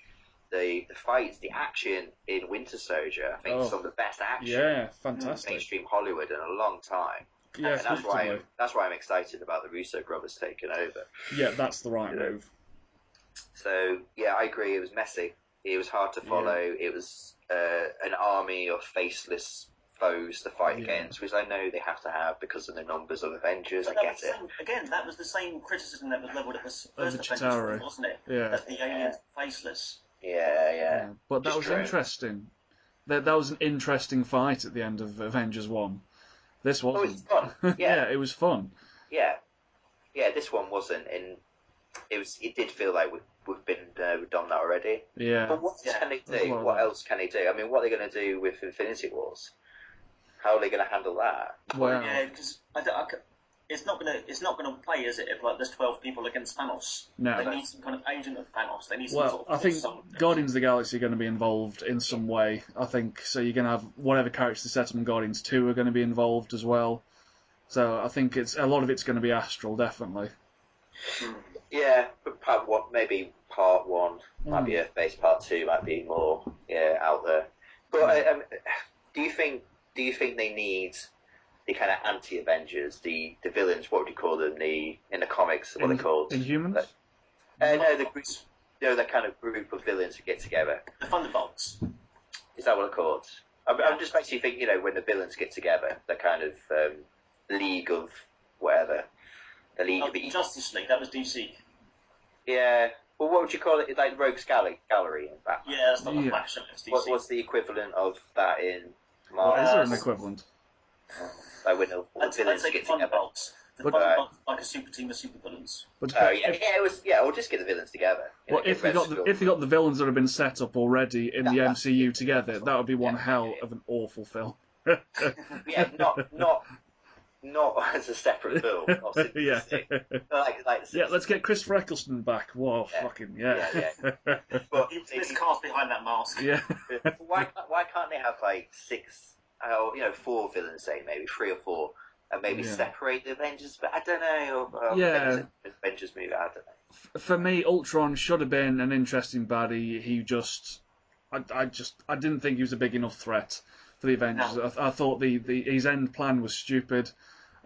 S2: The the fights, the action in Winter Soldier, I think,
S1: Oh.
S2: some of the best action
S1: Yeah,
S2: in
S1: fantastic.
S2: mainstream Hollywood in a long time.
S1: Yeah,
S2: and that's why
S1: comfortably.
S2: I'm, that's why I'm excited about the Russo brothers taking over.
S1: Yeah, that's the right
S2: Yeah.
S1: move.
S2: So yeah, I agree. It was messy. It was hard to follow. It was uh, an army of faceless foes to fight
S1: Yeah.
S2: against, which I know they have to have because of the numbers of Avengers.
S3: But
S2: I
S3: that was
S2: get
S3: the
S2: it.
S3: same, again, that was the same criticism that was levelled at the s-
S1: Over
S3: first Avengers
S1: Chitauri.
S3: film, wasn't it?
S1: Yeah.
S3: That the aliens were faceless.
S2: Yeah, yeah,
S1: Yeah, but that
S2: Just
S1: was
S2: drone.
S1: interesting. That that was an interesting fight at the end of Avengers One. This
S2: Oh,
S1: wasn't.
S2: it's fun.
S1: yeah,
S2: Yeah,
S1: it was fun.
S2: yeah, yeah. This one wasn't, and it was. It did feel like we've, we've been uh, we've done that already.
S1: Yeah,
S2: But what
S3: Yeah,
S2: can they
S1: there's a
S2: do?
S1: lot of
S2: What
S1: that.
S2: else can they do? I mean, what are they going to do with Infinity Wars? How are they going to handle that?
S1: wow.
S3: Yeah, because I, don't- I c- it's not gonna it's not gonna play, is it? If like there's twelve people against Thanos,
S1: No.
S3: they need some kind of agent of Thanos. They need some
S1: Well,
S3: sort of
S1: I think
S3: some-
S1: Guardians of the Galaxy are going to be involved in some way. I think so. You're going to have whatever characters they set up in Guardians Two are going to be involved as well. So I think it's a lot of it's going to be Astral, definitely.
S2: Yeah, but part one, maybe part one might
S1: Mm.
S2: be Earth based. Part two might be more yeah out there. But I,
S1: Hmm.
S2: um, do you think do you think they need the kind of anti Avengers, the the villains? What would you call them? The in the comics, what are
S1: In-
S2: they called?
S1: Inhumans.
S2: Like- Uh, no, the group, no, that kind of group of villains who get together.
S3: the Thunderbolts.
S2: Is that what they're called? I'm, I'm just basically thinking, you know, when the villains get together, the kind of um, league of whatever, the league
S3: Oh,
S2: of
S3: the
S2: each
S3: Justice League. That was DC.
S2: Yeah. Well, what would you call it? Like Rogue's Gallery, gallery in Batman.
S3: Yeah, that's not
S1: Yeah.
S3: the Flash. That's DC.
S2: What, what's the equivalent of that in
S1: Well,
S2: Marvel?
S1: is there
S3: Uh,
S1: an equivalent?
S2: like when the
S3: I'd, I'd
S2: villains
S3: say
S2: get together.
S3: Thunderbolts. The
S1: But- uh,
S3: fun
S2: Right.
S3: part's like a super team of super villains.
S1: But
S2: Oh yeah,
S1: if,
S2: yeah, it was, yeah. We'll just get the villains together. You
S1: well,
S2: know,
S1: if they
S2: get
S1: got the,
S2: Red
S1: if they got the villains that have been set up already in the
S2: That- that's-
S1: MCU together, that would be one
S2: yeah,
S1: hell
S2: yeah.
S1: of an awful film.
S2: Skull. yeah, not not not as a separate film. obviously,
S1: yeah,
S2: like, like
S1: yeah. Let's get Christopher Eccleston back. Whoa,
S2: Yeah.
S1: fucking yeah,
S2: But
S3: It's miscast behind that mask.
S1: yeah.
S2: why why can't they have like six oh you know four villains say maybe three or four and maybe
S1: Yeah.
S2: separate the Avengers but I don't know or, or
S1: Yeah.
S2: Avengers, Avengers movie I don't know
S1: For me, Ultron should have been an interesting baddie. He just, I, I just, I didn't think he was a big enough threat for the Avengers.
S3: No.
S1: I, I thought the, the his end plan was stupid.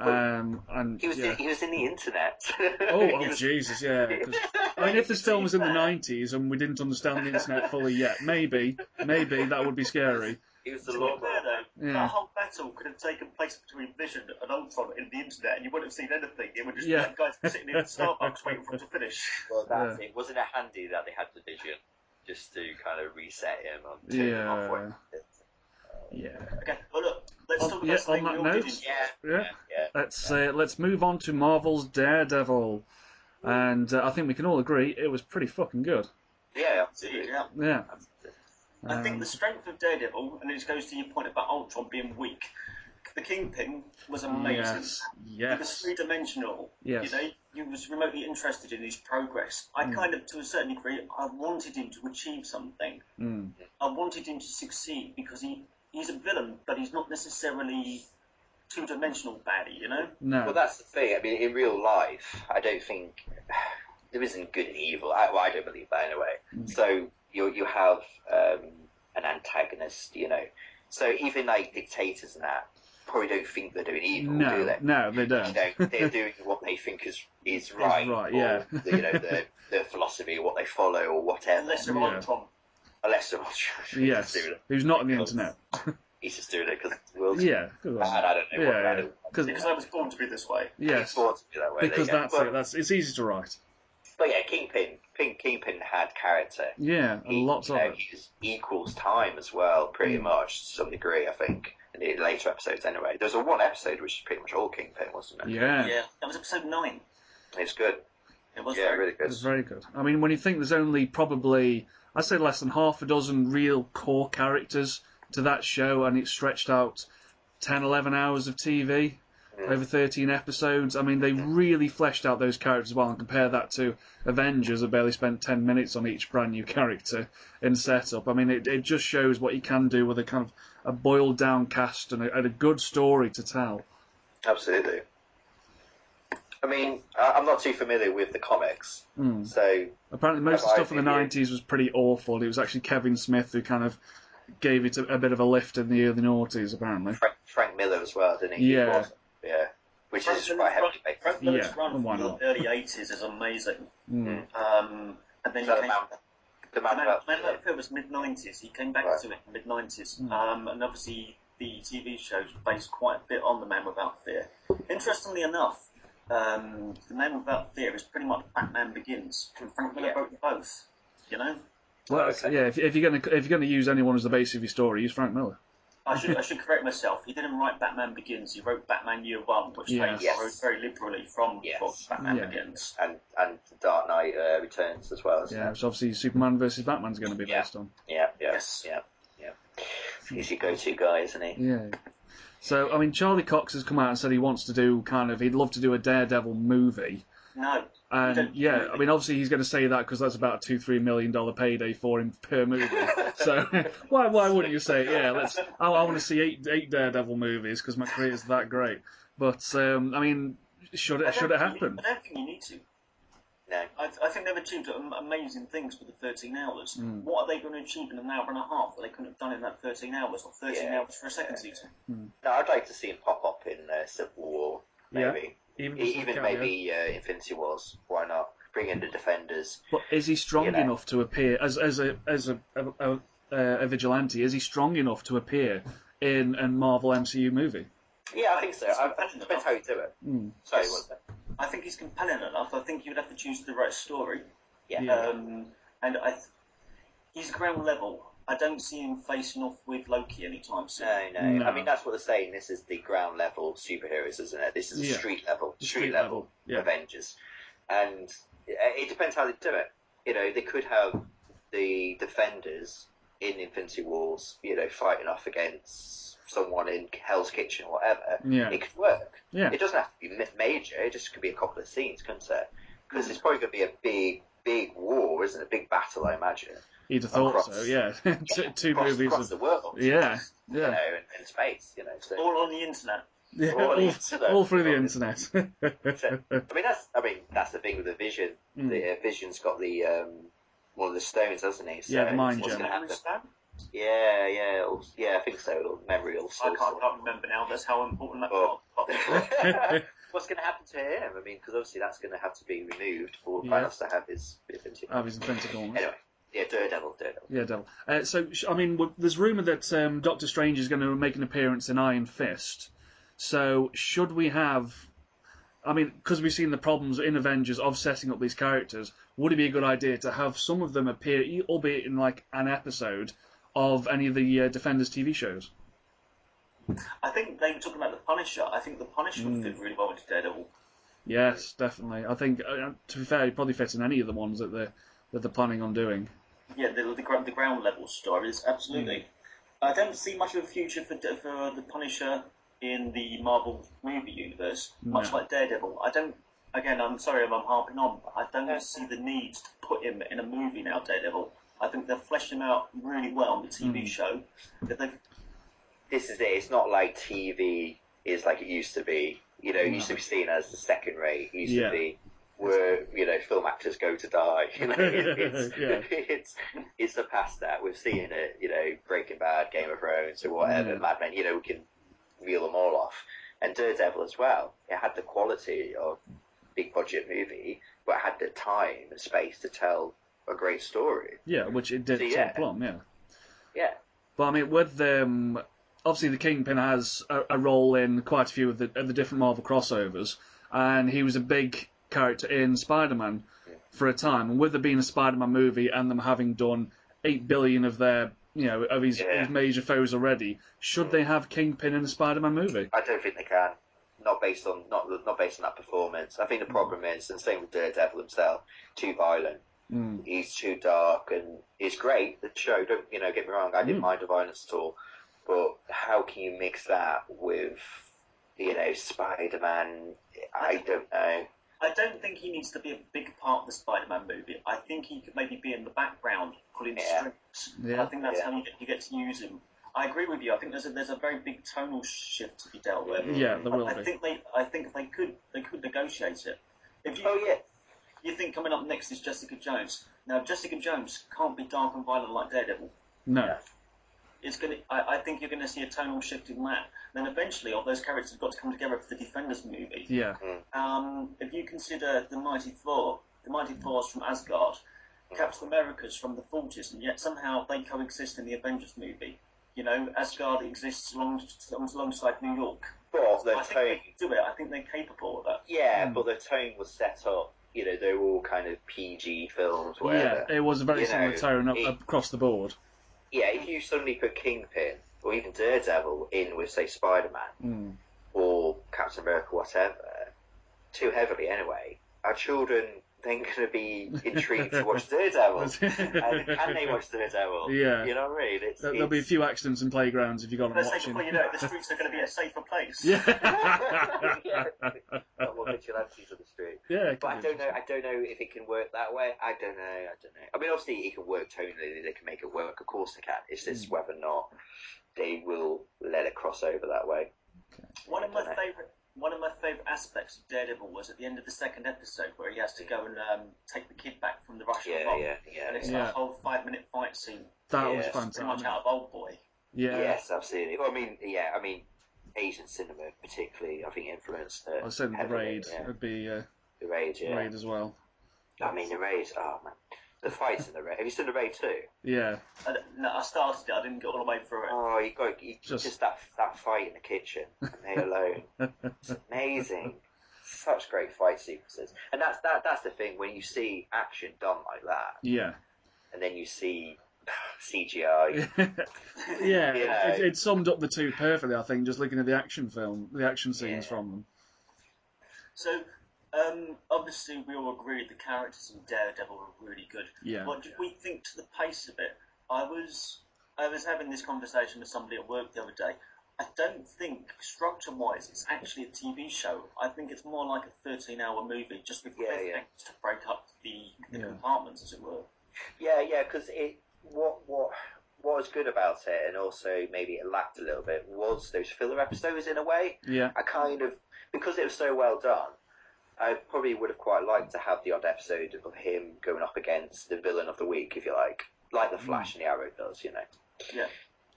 S1: Um, and
S2: he was
S1: yeah.
S2: in, he was in the internet
S1: Oh,
S2: He
S1: oh
S2: was-
S1: Jesus, yeah. 'cause- I mean, if this film was in the 90s and we didn't understand the internet fully yet, maybe, maybe that would be scary.
S2: he was the
S3: To be fair,
S2: lawman
S3: though,
S1: Yeah.
S3: that whole battle could have taken place between Vision and Ultron in the internet, and you wouldn't have seen anything. It would just
S1: Yeah.
S3: be like guys sitting in Starbucks waiting for it to finish.
S2: well that's it wasn't it handy that they had the vision just to kind of reset him and turn him off when-
S1: Yeah.
S3: Okay, well, look, let's
S1: On-
S3: talk
S1: yeah,
S3: about something
S1: on
S3: we
S1: that
S3: all
S1: note-
S3: didn't.
S2: yeah
S1: Yeah.
S2: yeah
S1: Let's uh, let's move on to Marvel's Daredevil, and uh, I think we can all agree it was pretty fucking good.
S2: yeah
S3: see,
S2: absolutely
S3: yeah.
S1: Yeah.
S3: I think
S1: Um,
S3: the strength of Daredevil, and it goes to your point about Ultron being weak. The Kingpin was amazing.
S1: yes.
S3: He was
S1: Yes.
S3: three dimensional.
S1: Yes. Hmm.
S3: You know, he was remotely interested in his progress. I kind of, to a certain degree, I wanted him to achieve something.
S1: Mm.
S3: I wanted him to succeed because he, he's a villain, but he's not necessarily two dimensional baddie, you know?
S2: Well,
S1: No.
S2: that's the thing. I mean, in real life, I don't think there isn't good and evil. I, well, I don't believe that in a way. So you you have um, an antagonist, you know. So even like dictators and that probably don't think they're doing evil, do
S1: No.
S2: they?
S1: No, they
S2: You
S1: don't.
S2: know, they're doing what they think is is right,
S1: right,
S2: or,
S1: yeah.
S2: the, you know, their, their philosophy, what they follow, or whatever.
S3: Unless they're
S1: Yeah.
S3: Ultron.
S2: Unless they're just doing
S1: Yes.
S2: it.
S1: Who's not on the internet?
S2: He's just doing it because the world's
S1: Yeah. Good one.
S2: bad. I don't know. what, I
S1: Yeah.
S2: don't,
S1: Because
S3: Because I was born to be this way.
S1: yes.
S2: Born to be that way. there
S1: Because
S2: you go.
S1: that's
S2: But-
S1: it. That's it's easy to write.
S2: But yeah, Kingpin, King, Kingpin had character.
S1: Yeah, and lots
S2: you
S1: of
S2: know,
S1: it.
S2: He was equals time as well, pretty
S1: Mm.
S2: much to some degree. I think in the later episodes, anyway. There was a one episode which is pretty much all Kingpin, wasn't it?
S1: Yeah.
S3: That was episode 9.
S2: It was good.
S3: It was
S2: yeah,
S3: very
S2: really good.
S1: It's very good. I mean, when you think there's only probably, I'd say less than half a dozen real core characters to that show, and it's stretched out 10, 11 hours of TV over 13 episodes. I mean, they really fleshed out those characters well, and compare that to Avengers, that barely spent 10 minutes on each brand new character in setup. I mean, it, it just shows what you can do with a kind of a boiled down cast and a, and a good story to tell.
S2: Absolutely. I mean, I, I'm not too familiar with the comics,
S1: Mm.
S2: so
S1: Apparently, most of the
S2: Have I
S1: stuff in the
S2: been here?
S1: nineties was pretty awful. It was actually Kevin Smith who kind of gave it a, a bit of a lift in the early noughties, apparently.
S2: Frank, Frank Miller as well, didn't he? He
S1: Yeah.
S2: was- yeah. Which
S3: Frank
S2: is
S3: Miller's
S2: quite heavily
S3: run-
S2: based.
S3: Frank Miller's
S1: Yeah,
S3: run
S1: why
S3: from
S1: not?
S3: the early 80s is amazing.
S2: Hmm.
S1: Mm.
S3: Um, and then
S2: Is
S3: he
S2: that the
S3: came,
S2: man, the man,
S3: Man,
S2: about-
S3: Man Without Fear was mid nineties. He came back
S2: Right.
S3: to it in mid nineties, um, and obviously the TV shows based quite a bit on the Man Without Fear. Interestingly enough, um, the Man Without Fear is pretty much Batman Begins. And Frank Miller
S2: Yeah.
S3: wrote both. You know,
S1: Well,
S2: Okay.
S1: yeah. If, if you're gonna if you're gonna use anyone as the base of your story, use Frank Miller.
S3: I should I should correct myself. He didn't write Batman Begins. He wrote Batman Year One, which they
S1: Yes.
S3: borrowed very liberally from
S2: Yes.
S3: from Batman
S1: Yeah.
S3: Begins.
S2: and and the Dark Knight uh, Returns as well. Isn't
S1: Yeah,
S2: It?
S1: which obviously Superman versus Batman's going to be
S2: Yeah.
S1: based on.
S2: Yeah, yeah,
S3: Yes.
S2: yeah, yeah. He's your go-to guy, isn't he?
S1: Yeah. So I mean, Charlie Cox has come out and said he wants to do kind of he'd love to do a Daredevil movie.
S3: No,
S1: And
S3: don't
S1: yeah,
S3: really-
S1: I mean, obviously he's going to say that because that's about a two, three million dollar payday for him per movie. so why, why wouldn't you say, yeah, let's? I, I want to see eight, eight Daredevil movies because my career's that great. But um, I mean, should
S3: I
S1: it
S3: don't
S1: should it
S3: think you
S1: happen?
S3: need- I don't think you need to.
S2: No.
S3: I, I think they've achieved am- amazing things for the 13 hours.
S2: Hmm.
S3: What are they going to achieve in an hour and a half that they couldn't have done in that 13 hours or 13
S2: Yeah.
S3: hours for a second season?
S2: No, I'd like to see him pop up in uh, Civil War,
S1: Yeah.
S2: maybe.
S1: Even,
S2: E- Even maybe uh, Infinity Wars. Why not? Bring in the Defenders.
S1: But is he strong
S2: you know.
S1: enough to appear as as a as a a, a, a vigilante? Is he strong enough to appear in a Marvel MCU movie? Hmm,
S2: Yeah, I think so. I, I
S3: That's
S2: think that's how you do it. Sorry, was it?
S3: I think he's compelling enough. I think you would have to choose the right story.
S2: Yeah.
S1: Yeah.
S3: Um, and I th- he's ground level. I don't see him facing off with Loki anytime soon.
S2: No, no,
S1: No.
S2: I mean, that's what they're saying. This is the ground level superheroes, isn't it? This is
S1: Yeah.
S2: the street level,
S1: The
S2: street, level,
S1: Yeah.
S2: Avengers, and uh, it depends how they do it. You know, they could have the defenders in Infinity Wars, you know, fighting off against someone in Hell's Kitchen or whatever.
S1: Yeah.
S2: It could work.
S1: Yeah.
S2: It doesn't have to be ma- major. It just could be a couple of scenes, couldn't it?
S1: Hmm.
S2: Because it's probably going to be a big, big war, isn't it? A big battle, I imagine.
S1: You'd have thought so.
S2: Across-
S1: Yeah. two two
S2: across,
S1: movies.
S2: across
S1: of-
S2: the world.
S1: yeah.
S2: You know,
S1: Yeah.
S2: in, in space, you know. So.
S3: All on the internet.
S1: yeah.
S2: all
S1: All,
S2: internet.
S1: all through the internet.
S2: I mean, that's I mean that's the thing with the Vision.
S1: Hmm. Mm.
S2: The uh, Vision's got the um, one of the stones, hasn't he? So
S1: Yeah, the mind
S2: what's
S1: gem.
S2: gonna happen?
S3: Understand?
S2: Yeah, yeah, it'll- yeah. I think so. It'll memory will
S3: I
S2: still.
S3: can't, can't remember now. That's how important that
S2: Oh.
S3: part.
S2: What's going to happen to him? I mean, because obviously that's going to have to be removed for
S1: Yeah.
S2: Thanos to have his infinity.
S1: Obviously, Pentagon.
S2: Anyway, yeah, Daredevil, Daredevil.
S1: Yeah, devil. Uh, so sh- I mean, w- there's rumor that um, Doctor Strange is going to make an appearance in Iron Fist. So should we have? I mean, because we've seen the problems in Avengers of setting up these characters, would it be a good idea to have some of them appear, e- albeit in like an episode of any of the uh, Defenders TV shows?
S3: I think they were talking about the Punisher. I think the Punisher
S2: Hmm.
S3: would fit really well into Daredevil.
S1: Yes, definitely. I think uh, to be fair, it probably fits in any of the ones that they're that they're planning on doing.
S3: Yeah, the, the, ground, the ground level stories, absolutely. I don't see much of a future for, Da- for the Punisher in the Marvel movie universe, much
S1: No.
S3: like Daredevil. I don't. Again, I'm sorry if I'm harping on, but I don't see the need to put him in a movie now, Daredevil. I think they've fleshed him out really well on the TV show. That they've
S2: This is it. It's not like TV is like it used to be. You know, it used to be seen as the second rate. It used
S1: Yeah.
S2: to be where you know film actors go to die. You know, it's,
S1: Yeah.
S2: it's it's the past that we've seen it. You know, Breaking Bad, Game of Thrones, or whatever,
S1: Yeah.
S2: Mad Men. You know, we can reel them all off. And Daredevil as well. It had the quality of big budget movie, but it had the time and space to tell a great story.
S1: Yeah, which it did.
S2: So,
S1: sort of
S2: yeah.
S1: plumb, yeah.
S2: Yeah.
S1: But I mean, with um, obviously the Kingpin has a, a role in quite a few of the, of the different Marvel crossovers, and he was a big character in Spider-Man for a time. And with there being a Spider-Man movie and them having done eight billion of their, you know, of his,
S2: Yeah.
S1: his major foes already, should they have Kingpin in a Spider-Man movie?
S2: I don't think they can. Not based on not not based on that performance. I think the problem is, and same with Daredevil himself, too violent.
S1: Mm.
S2: He's too dark, and it's great. The show, don't you know? Get me wrong, I didn't
S1: Mm.
S2: mind the violence at all, but how can you mix that with you know Spider Man? I don't know.
S3: I don't think he needs to be a big part of the Spider-Man movie. I think he could maybe be in the background, pulling
S2: Yeah.
S3: strings.
S1: Yeah.
S3: I think that's
S2: Yeah.
S3: how you get, you get to use him. I agree with you. I think there's a, there's a very big tonal shift to be dealt with.
S1: Mm. Yeah, there will
S3: I, I
S1: be.
S3: think they I think they could they could negotiate it. If you
S2: Oh yeah,
S3: you think coming up next is Jessica Jones, now Jessica Jones can't be dark and violent like Daredevil.
S1: No.
S3: It's gonna. I, I think you're gonna see a tonal shift in that. Then eventually, all those characters have got to come together for the Defenders movie.
S1: Yeah.
S3: Um, if you consider the Mighty Four, the Mighty
S2: Mm.
S3: Four's from Asgard, Captain America's from the 40s, and yet somehow they coexist in the Avengers movie. You know, Asgard exists along, alongside New York.
S2: but the
S3: I think
S2: tone,
S3: they can do it. I think they're capable of that.
S2: yeah,
S1: Mm.
S2: but the tone was set up. You know, they were all kind of PG films, whatever.
S1: Yeah, it was a very
S2: You
S1: similar
S2: know,
S1: tone up,
S2: it-
S1: across the board.
S2: yeah, if you suddenly put Kingpin or even Daredevil in with, say, Spider
S1: Mm.
S2: Man or Captain America, whatever, too heavily anyway, are children then going to be intrigued to watch Daredevil? and can they watch Daredevil?
S1: Yeah.
S2: You know what I mean? It's,
S1: There- There'll be a
S2: it's-
S1: few accidents in playgrounds if you got them
S3: But say
S1: watching.
S3: before you know it, the streets are going to be a safer place.
S1: Yeah.
S2: yeah. Not more vigilantes on the street.
S1: yeah. it
S2: But I
S1: could be.
S2: don't know. I don't know if it can work that way. I don't know. I don't know. I mean, obviously, it can work tonally. They can make it work. Of course, they can. It's
S1: Mm.
S2: just whether or not they will let it cross over that way.
S3: One of my
S2: Dunno.
S3: favorite one of my favorite aspects of Daredevil was at the end of the second episode where he has to go and um, take the kid back from the Russian
S2: Yeah,
S3: mob,
S2: yeah, yeah.
S3: and it's
S1: Yeah.
S3: a whole five minute fight scene.
S1: That
S2: Yeah,
S1: was
S2: it's
S3: Pretty much
S1: fantastic.
S3: out of Old Boy.
S1: Yeah.
S2: Yes, absolutely. Well, I mean, yeah, I mean, Asian cinema particularly, I think influenced. Uh,
S1: I was saying the
S2: heavily,
S1: raid
S2: yeah.
S1: would be uh,
S2: The raid, yeah.
S1: raid as well.
S2: I mean, the raid. Oh man, the fights in the raid. Have you seen the raid too?
S1: Yeah,
S3: I, don't- no, I started it. I didn't get all the way through it.
S2: Oh, you got you,
S1: Just-
S2: just, that that fight in the kitchen, made alone. it's amazing. Such great fight sequences, and that's that. That's the thing when you see action done like that,
S1: yeah,
S2: and then you see CGI.
S1: yeah,
S2: Yeah.
S1: It, it summed up the two perfectly. I think just looking at the action film, the action scenes
S2: Yeah.
S1: from them.
S3: So, um, obviously, we all agree the characters in Daredevil were really good.
S1: Yeah.
S3: What did we think to the pace of it? I was I was having this conversation with somebody at work the other day. I don't think structure wise it's actually a TV show. I think it's more like a thirteen hour movie, just with
S2: Yeah,
S3: cliffhangers
S2: yeah.
S3: to break up the, the
S1: Yeah.
S3: compartments, as it were.
S2: Yeah, yeah, because it what what what was good about it, and also maybe it lacked a little bit, was those filler episodes in a way.
S1: Yeah,
S2: I kind of because it was so well done. I probably would have quite liked to have the odd episode of him going up against the villain of the week, if you like, like the Flash and the Arrow does, you know.
S3: Yeah.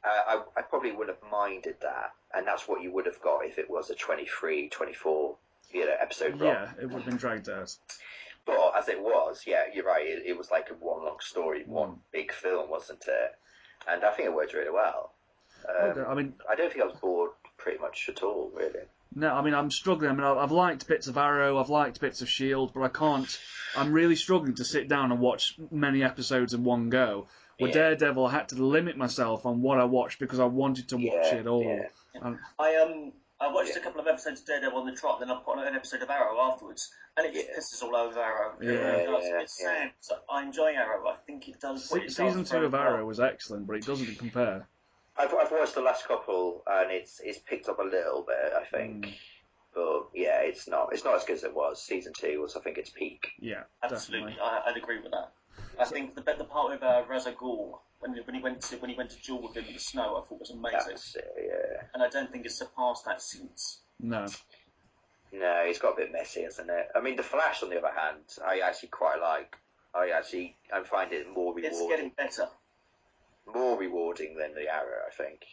S2: Uh, I, I probably would have minded that, and that's what you would have got if it was a 23, 24, you know, episode run.
S1: yeah, it would have been dragged out.
S2: But as it was, yeah, you're right. It, it was like a one long story, one
S1: Mm.
S2: big film, wasn't it? And I think it worked really well. Um,
S1: I mean,
S2: I don't think I was bored pretty much at all, really.
S1: No, I mean I'm struggling. I mean I- I've liked bits of Arrow, I've liked bits of Shield, but I can't. I'm really struggling to sit down and watch many episodes in one go. With
S2: Yeah.
S1: Daredevil, I had to limit myself on what I watched because I wanted to watch
S2: Yeah,
S1: it all.
S2: yeah.
S3: I um I watched a
S2: Yeah.
S3: couple of episodes of Daredevil on the trot, then I put on an episode of Arrow afterwards, and it just
S2: Yeah.
S3: pisses all over Arrow. It
S1: Yeah,
S3: really does.
S2: yeah,
S3: it's sad. So I enjoy Arrow. I think it does.
S1: Se-
S3: what it does
S1: season two
S3: very
S1: of
S3: well.
S1: Arrow was excellent, but it doesn't compare.
S2: I've, I've watched the last couple, and it's it's picked up a little bit, I think.
S1: Mm.
S2: But yeah, it's not it's not as good as it was. Season two was, I think, its peak.
S1: Yeah,
S3: Absolutely,
S1: definitely.
S3: I, I'd agree with that. I think the the part with uh, Razagul when he, when he went to when he went to duel with him in the snow, I thought was amazing,
S2: That's, uh, yeah.
S3: and I don't think it's surpassed that since.
S1: No,
S2: No, it's got a bit messy, hasn't it? I mean, the Flash, on the other hand, I actually quite like. I actually I find it more rewarding.
S3: It's getting better,
S2: more rewarding than the Arrow, I think.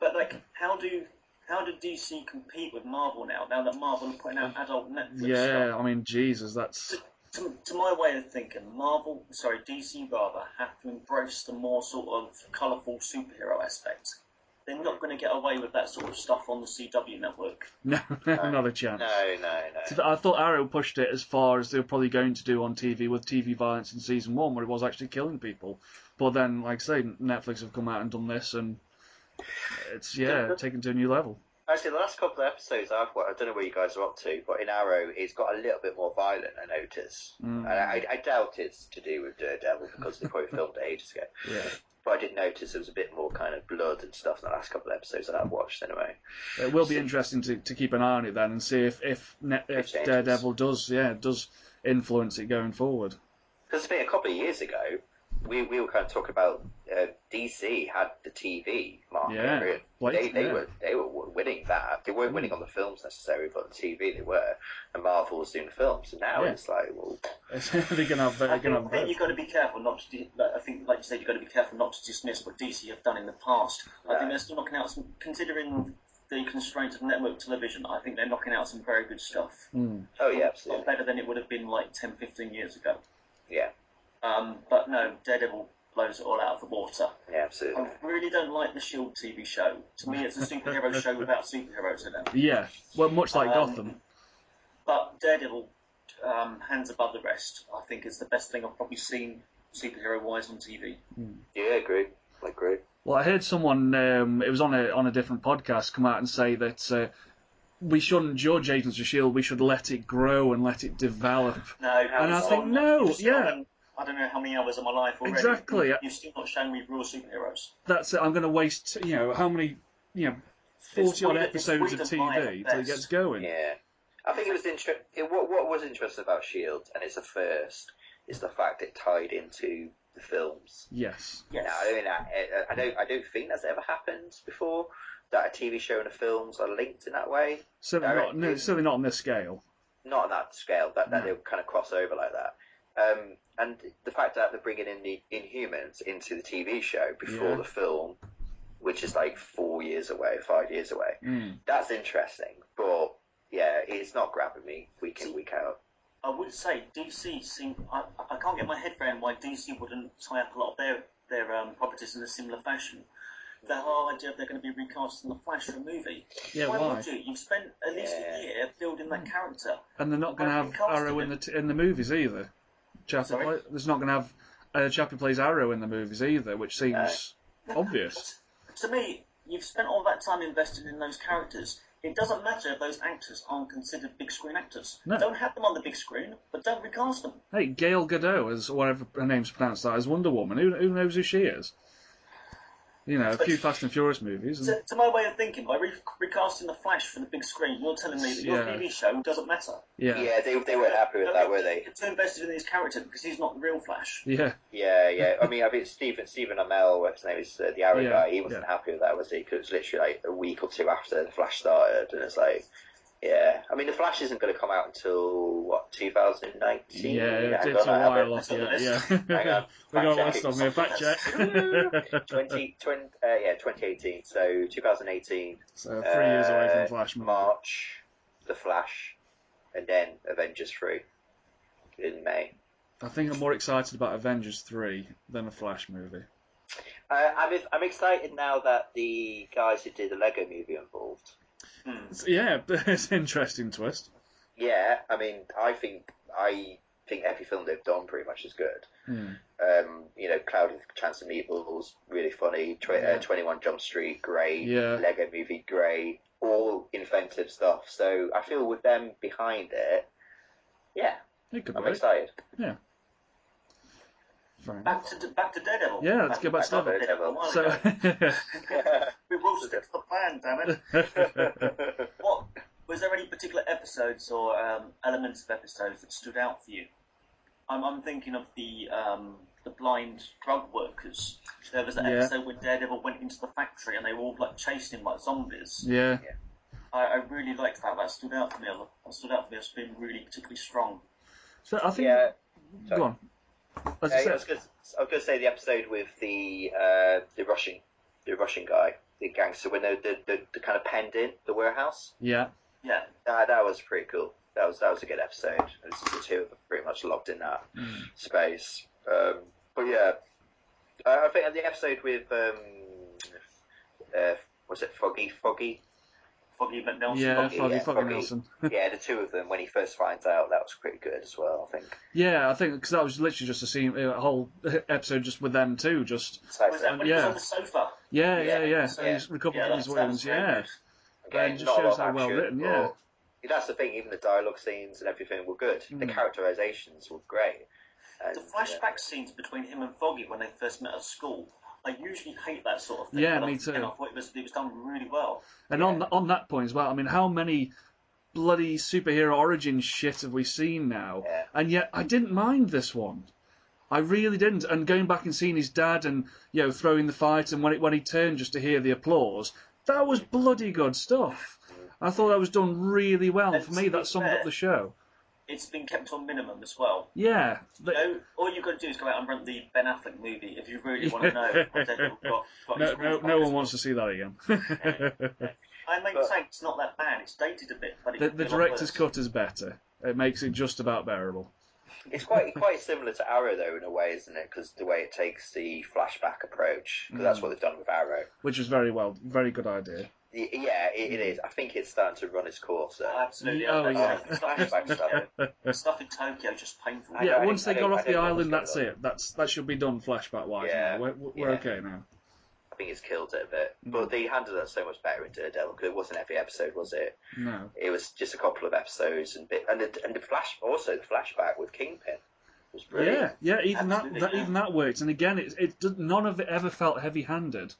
S3: but like, how do how do DC compete with Marvel now? Now that Marvel are putting out adult Netflix
S1: yeah.
S3: stuff,
S1: I mean, Jesus, that's
S3: to, to my way of thinking, Marvel, sorry, DC rather, have to embrace the more sort of colourful superhero aspect. They're not going to get away with that sort of stuff on the CW network.
S1: no, not a chance.
S2: No, no, no.
S1: I thought Arrow pushed it as far as they were probably going to do on TV with TV violence in season one, where it was actually killing people. But then, like I say, Netflix have come out and done this, and it's yeah, taken to a new level.
S2: Actually, the last couple of episodes I've watched, I don't know where you guys are up to, but in Arrow, it's got a little bit more violent, I notice.
S1: Mm.
S2: And I, I doubt it's to do with Daredevil because they probably filmed it ages ago.
S1: Yeah.
S2: But I did notice there was a bit more kind of blood and stuff in the last couple of episodes that I've watched, anyway.
S1: It will be interesting to, to keep an eye on it then and see if if, Net, if
S2: changes.
S1: Daredevil does yeah does influence it going forward.
S2: Because it's been a couple of years ago, we, we were kind of talking about uh, DC had the TV market.
S1: Yeah.
S2: really.
S1: Like,
S2: they they
S1: yeah. Mm.
S2: were they were winning that. They weren't winning on the films necessarily, but on TV they were. And Marvel was doing the films. And now
S1: Yeah.
S2: it's like, well,
S1: they're gonna have
S3: I
S1: they're
S3: think,
S1: gonna
S3: I
S1: have
S3: think you've got to be careful not to. De- like, I think, like you said, you've got to be careful not to dismiss what DC have done in the past. I
S2: Yeah.
S3: think they're still knocking out some, considering the constraints of network television. I think they're knocking out some very good stuff,
S2: oh yeah,
S3: a lot
S2: absolutely,
S3: better than it would have been like 10, 15 years ago.
S2: yeah,
S3: Um, but no, Daredevil blows it all out of the water.
S2: yeah, absolutely.
S1: Oh.
S3: I really don't like the Shield TV show. To me, it's a superhero show without superheroes in it.
S1: yeah. Well, much like
S3: Um,
S1: Gotham.
S3: But Daredevil, um, hands above the rest, I think is the best thing I've probably seen superhero wise on TV.
S2: Yeah, I agree. I agree.
S1: Well, I heard someone um, it was on a on a different podcast come out and say that. Uh, we shouldn't judge Agents of Shield. E We should let it grow and let it develop.
S3: No,
S1: And I
S3: it's
S1: think,
S3: not-
S1: no,
S3: you've still
S1: yeah.
S3: done- I don't know how many hours of my life already.
S1: Exactly.
S3: You've still not shown me real superheroes.
S1: That's it. I'm going to waste you know how many you know forty odd
S3: weird- it's
S1: episodes
S3: weird
S1: of
S3: and vile
S1: TV
S3: at
S1: till it
S3: best.
S1: gets going.
S2: Yeah, I think it was interesting. What what was interesting about Shield, E and it's the first, is the fact it tied into the films.
S1: Yes.
S2: No, I mean, I, I don't. I don't think that's ever happened before. That a TV show and a films are linked in that way.
S1: Certainly not. No,
S2: Directly.
S1: certainly not on this scale.
S2: Not on that scale. That, that
S1: No.
S2: they kind of cross over like that. Um, and the fact that they're bringing in the Inhumans into the TV show before
S1: Yeah.
S2: the film, which is like four years away, five years away.
S1: Mm.
S2: That's interesting. But yeah, it's not grabbing me week in week out.
S3: I would say DC seem. I, I can't get my head around why DC wouldn't tie up a lot of their their um, properties in a similar fashion. The whole idea of they're going to be recast in the Flash for a movie.
S1: Yeah, why?
S3: why,
S1: Hmm.
S3: would you? You've spent at least
S2: Yeah.
S3: a year building that character.
S1: And they're not going to
S3: Well,
S1: have
S3: it costs
S1: Arrow in the t- in the movies either. Which I have to
S3: Sorry?
S1: play- There's not going to have a chap who plays Arrow in the movies either, which
S3: Uh,
S1: seems obvious.
S3: To me, you've spent all that time invested in those characters. It doesn't matter if those actors aren't considered big screen actors.
S1: No.
S3: Don't have them on the big screen, but don't recast them.
S1: Hey, Gail Godot, as whatever her name's pronounced, that as Wonder Woman. Who, who knows who she is? You know, a few Fast and Furious movies. And,
S3: To, to my way of thinking, by re- recasting the Flash for the big screen, you're telling me that your
S1: Yeah.
S3: TV show doesn't matter.
S1: yeah, yeah,
S2: Yeah, they, they weren't happy with that, were they?
S3: You're too invested in his character because he's not the real Flash.
S1: yeah,
S2: Yeah, yeah. I mean, I mean, Stephen Stephen Amell, what's his name is uh, the Arrow
S1: Yeah,
S2: guy. He wasn't
S1: yeah.
S2: happy with that, was he? Because it's literally like a week or two after the Flash started, and it's like, yeah. I mean, the Flash isn't going to come out until what 2019.
S1: it-
S2: Hang
S1: it's a
S2: on, I have
S1: while
S2: it.
S1: off.
S3: on
S1: Yeah,
S3: the
S1: yeah.
S3: list.
S1: we
S2: Hang on,
S1: got a
S2: fact
S1: list on here. Fact check.
S2: 20, 20 uh, yeah, 2018. So 2018.
S1: so three years away
S2: uh,
S1: from Flash.
S2: March, The Flash, and then Avengers 3 in May.
S1: I think I'm more excited about Avengers three than a Flash movie.
S2: Uh, I'm, I'm excited now that the guys who did the Lego movie are involved.
S1: It's- yeah, it's an interesting twist.
S2: Yeah, I mean, I think I think every film they've done pretty much is good.
S1: Hmm.
S2: Um, you know, Cloud with Chance of Meatballs, really funny. Tw-
S1: Yeah.
S2: uh, 21 Jump Street, great.
S1: Yeah.
S2: Lego movie, great. All inventive stuff. So I feel with them behind it, yeah,
S1: It could
S2: I'm
S1: be.
S2: excited.
S1: Fine.
S3: Back to back to Daredevil.
S1: Yeah, let's go back to
S2: I love
S1: Daredevil.
S2: Daredevil.
S1: So,
S3: We will stick to the plan, damn it. What was there any particular episodes or um, elements of episodes that stood out for you? I'm, I'm thinking of the um, the blind drug workers. There was an
S1: Yeah.
S3: episode where Daredevil went into the factory and they were all like chasing him like zombies.
S1: yeah,
S3: I, I really liked that. That stood out for me. That stood out for me as being really particularly strong.
S1: so I think.
S2: yeah.
S1: Go on. As I
S2: Uh, yeah, I
S1: said,
S2: was going to say the episode with the uh, the Russian the Russian guy, the gangster, when they the, the, the kind of penned in the warehouse.
S1: yeah,
S3: Yeah,
S2: Uh, that was pretty cool. That was that was a good episode. It was the two of them pretty much locked in that space. Um, but yeah, I, I think the episode with um, uh, was it Foggy Foggy?
S3: Foggy McNelson.
S1: yeah,
S2: Foggy,
S1: Foggy,
S2: yeah,
S1: Foggy
S2: Foggy.
S1: Nelson.
S2: yeah, the two of them when he first finds out that was pretty good as well. I think.
S1: Yeah, I think because that was literally just a scene, a whole episode just with them too. Just
S2: So,
S3: Was that when he
S1: Yeah.
S3: was on the sofa?
S1: yeah, yeah,
S2: Yeah,
S1: yeah.
S2: so-
S1: And he's recovering
S3: yeah,
S1: from his
S3: that's- that
S1: wounds.
S3: was very
S1: Yeah,
S3: good.
S1: But
S2: Again,
S1: it just
S2: not a lot
S1: shows
S2: of
S1: how well
S2: action,
S1: written, yeah.
S2: but That's the thing. Even the dialogue scenes and everything were good. The
S1: Mm.
S2: characterizations were great. And, uh,
S3: The flashback scenes between him and Foggy when they first met at school. I usually hate that sort of thing.
S1: Yeah,
S3: but
S1: me
S3: I-
S1: too.
S3: And I thought it was, it was done really well.
S1: and on on that point as well. I mean, how many bloody superhero origin shit have we seen now?
S2: Yeah.
S1: And yet, I didn't mind this one. I really didn't. And going back and seeing his dad and you know throwing the fight and when it, when he turned just to hear the applause, that was bloody good stuff. I thought that was done really well.
S3: And
S1: For
S3: to
S1: me,
S3: be
S1: that summed
S3: fair-
S1: up the show.
S3: It's been kept on minimum as well.
S1: Yeah, the-
S3: You know, all you've got to do is go out and rent the Ben Affleck movie if you really want to know. how Daredevil got, got
S1: No,
S3: his
S1: no, no
S3: call
S1: one wants to see that again. the,
S3: I maintain it's not that bad. It's dated a bit, but it could
S1: the
S3: be a lot
S1: director's
S3: worse.
S1: cut is better. It makes it just about bearable.
S2: it's quite quite similar to Arrow though in a way, isn't it? Because the way it takes the flashback approach, 'cause
S1: Mm.
S2: that's what they've done with Arrow.
S1: which is very well, very good idea.
S2: Y- Yeah, it, it is. I think it's starting to run its course. uh,
S3: Oh,
S2: Though.
S3: absolutely.
S1: Oh,
S3: I- I-
S1: Mm. yeah.
S3: the stuff in-
S2: Yeah.
S3: the stuff in Tokyo is just painful.
S2: I
S1: Yeah,
S2: don't-
S1: once
S2: I
S1: they
S2: don't-
S1: got
S2: I
S1: off the
S2: don't know what's
S1: island, that's
S2: going
S1: it. That's that should be done flashback wise.
S2: Yeah.
S1: We're, we're we're
S2: Yeah.
S1: okay now.
S2: I think it's killed it a bit,
S1: Mm.
S2: but they handled that so much better in Daredevil because it wasn't every episode, was it?
S1: No,
S2: It was just a couple of episodes and bit, and the, and the flash also the flashback with Kingpin was brilliant.
S1: yeah, yeah. Even that,
S3: Absolutely,
S1: that
S3: yeah.
S1: even that works. And again, it it did- none of it ever felt heavy handed.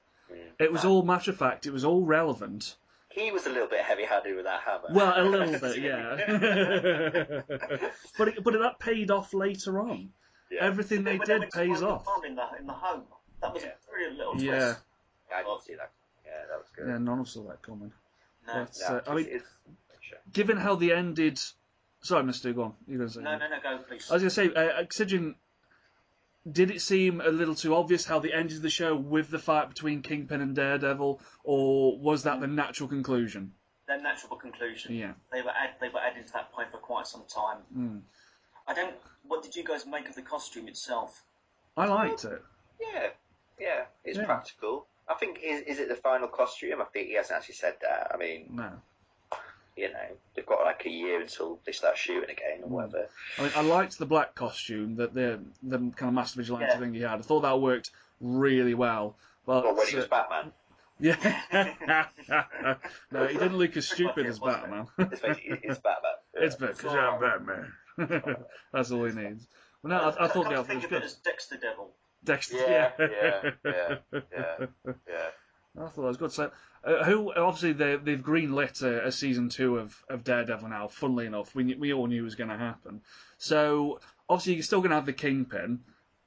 S1: It was all matter of fact. It was all relevant.
S2: He was a little bit heavy-handed with that hammer.
S1: Well, a little bit, yeah. but it, but that paid off later on.
S2: Yeah.
S1: Everything they
S3: When they
S1: did
S3: went to
S1: pays
S3: find the
S1: off.
S3: farm In the, in the home. That was
S2: Yeah.
S3: a brilliant little twist.
S1: Yeah,
S2: I didn't see that. Yeah, that was good.
S1: yeah. None of saw that coming.
S3: No,
S1: But,
S2: No,
S1: uh, I mean,
S2: it's, it's- sure.
S1: given how the ended. Sorry, Mister, go on. You're going to say
S3: no, no, no, go, please.
S1: I was going to say, uh, Oxygen. Did it seem a little too obvious how the end of the show with the fight between Kingpin and Daredevil, or was that the natural conclusion?
S3: Their natural conclusion.
S1: Yeah. Hmm.
S3: They were add, they were adding to that point for quite some time. I don't. What did you guys make of the costume itself?
S1: I liked it.
S2: yeah, yeah, it's
S1: Yeah.
S2: practical. I think is is it the final costume? I think he hasn't actually said that. I mean,
S1: No,
S2: you know, they've got like a year until they start shooting again
S1: Hmm.
S2: or whatever.
S1: I mean, I liked the black costume that the the kind of master vigilante
S3: Yeah.
S1: thing he had. I thought that worked really well. But
S2: Well, when he was
S1: uh,
S2: Batman,
S1: yeah, no, he didn't look as
S3: Pretty much
S1: stupid
S3: it,
S1: as
S3: wasn't
S1: Batman.
S2: it's basically it's Batman.
S1: it's because I'm Batman. That's all he needs. Well, no, I, I thought the
S3: I
S1: outfit was
S3: think of it
S1: good.
S3: as Dexter Devil.
S1: Dexter,
S2: Yeah, yeah, yeah, yeah, yeah.
S1: I thought that was good. So, uh, who obviously they, they've greenlit a, a season two of, of Daredevil now. Funnily enough, we kn- we all knew it was going to happen. So obviously you're still going to have the Kingpin.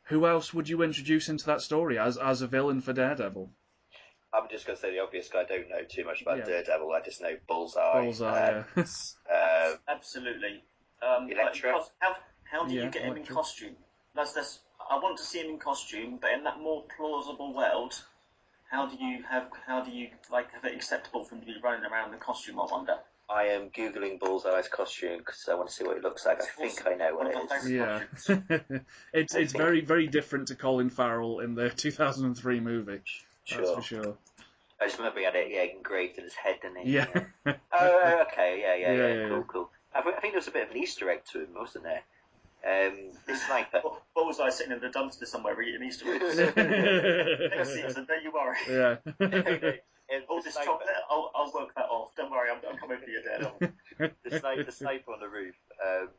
S1: Who else would you introduce into that story as as a villain for Daredevil?
S2: I'm just going to say the obvious 'cause I don't know too much about
S1: Yeah.
S2: Daredevil. I just know Bullseye. Um,
S1: Bullseye, yeah.
S2: uh,
S3: Absolutely. Um, like,
S2: Electra.
S3: cos- how, how do
S1: Yeah,
S3: you get him in
S1: Electra.
S3: costume? That's, that's, I want to see him in costume, but in that more plausible world, how do you have how do you like have it acceptable for him to be running around in costume? I wonder.
S2: I am googling Bullseye's costume because I want to see what it looks like. I think I know what
S3: One of
S2: it
S3: my
S2: is.
S3: favourite
S1: Yeah,
S3: costumes.
S1: it's it's very very different to Colin Farrell in the 2003 movie. That's
S2: Sure.
S1: for sure.
S2: I just remember he had it yeah, engraved in his head, didn't he?
S1: Yeah,
S2: Oh, okay. Yeah, yeah,
S1: Yeah,
S2: yeah.
S1: yeah,
S2: cool,
S1: yeah.
S2: cool. I, thi- I think there was a bit of an Easter egg to him, wasn't there? Um, the sniper.
S3: Bu- Bullseye sitting in the dumpster somewhere eating Easter eggs. Next
S1: yeah.
S3: season, don't you worry.
S2: And
S3: All
S2: Oh, the
S3: Oh, this
S2: sniper,
S3: chocolate, I'll, I'll work that off. Don't worry, I'm, I'm coming for you, Daredevil.
S2: the, sniper, the sniper on the roof. Um,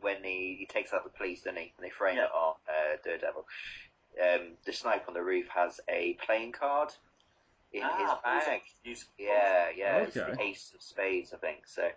S2: when he, he takes out the police, doesn't he? And they frame
S3: Yeah.
S2: it on uh, Daredevil. Um, the sniper on the roof has a playing card in his
S3: Ah,
S2: bag.
S3: Bullseye.
S2: Yeah, yeah. It's the
S1: Okay.
S2: ace of spades, I think. So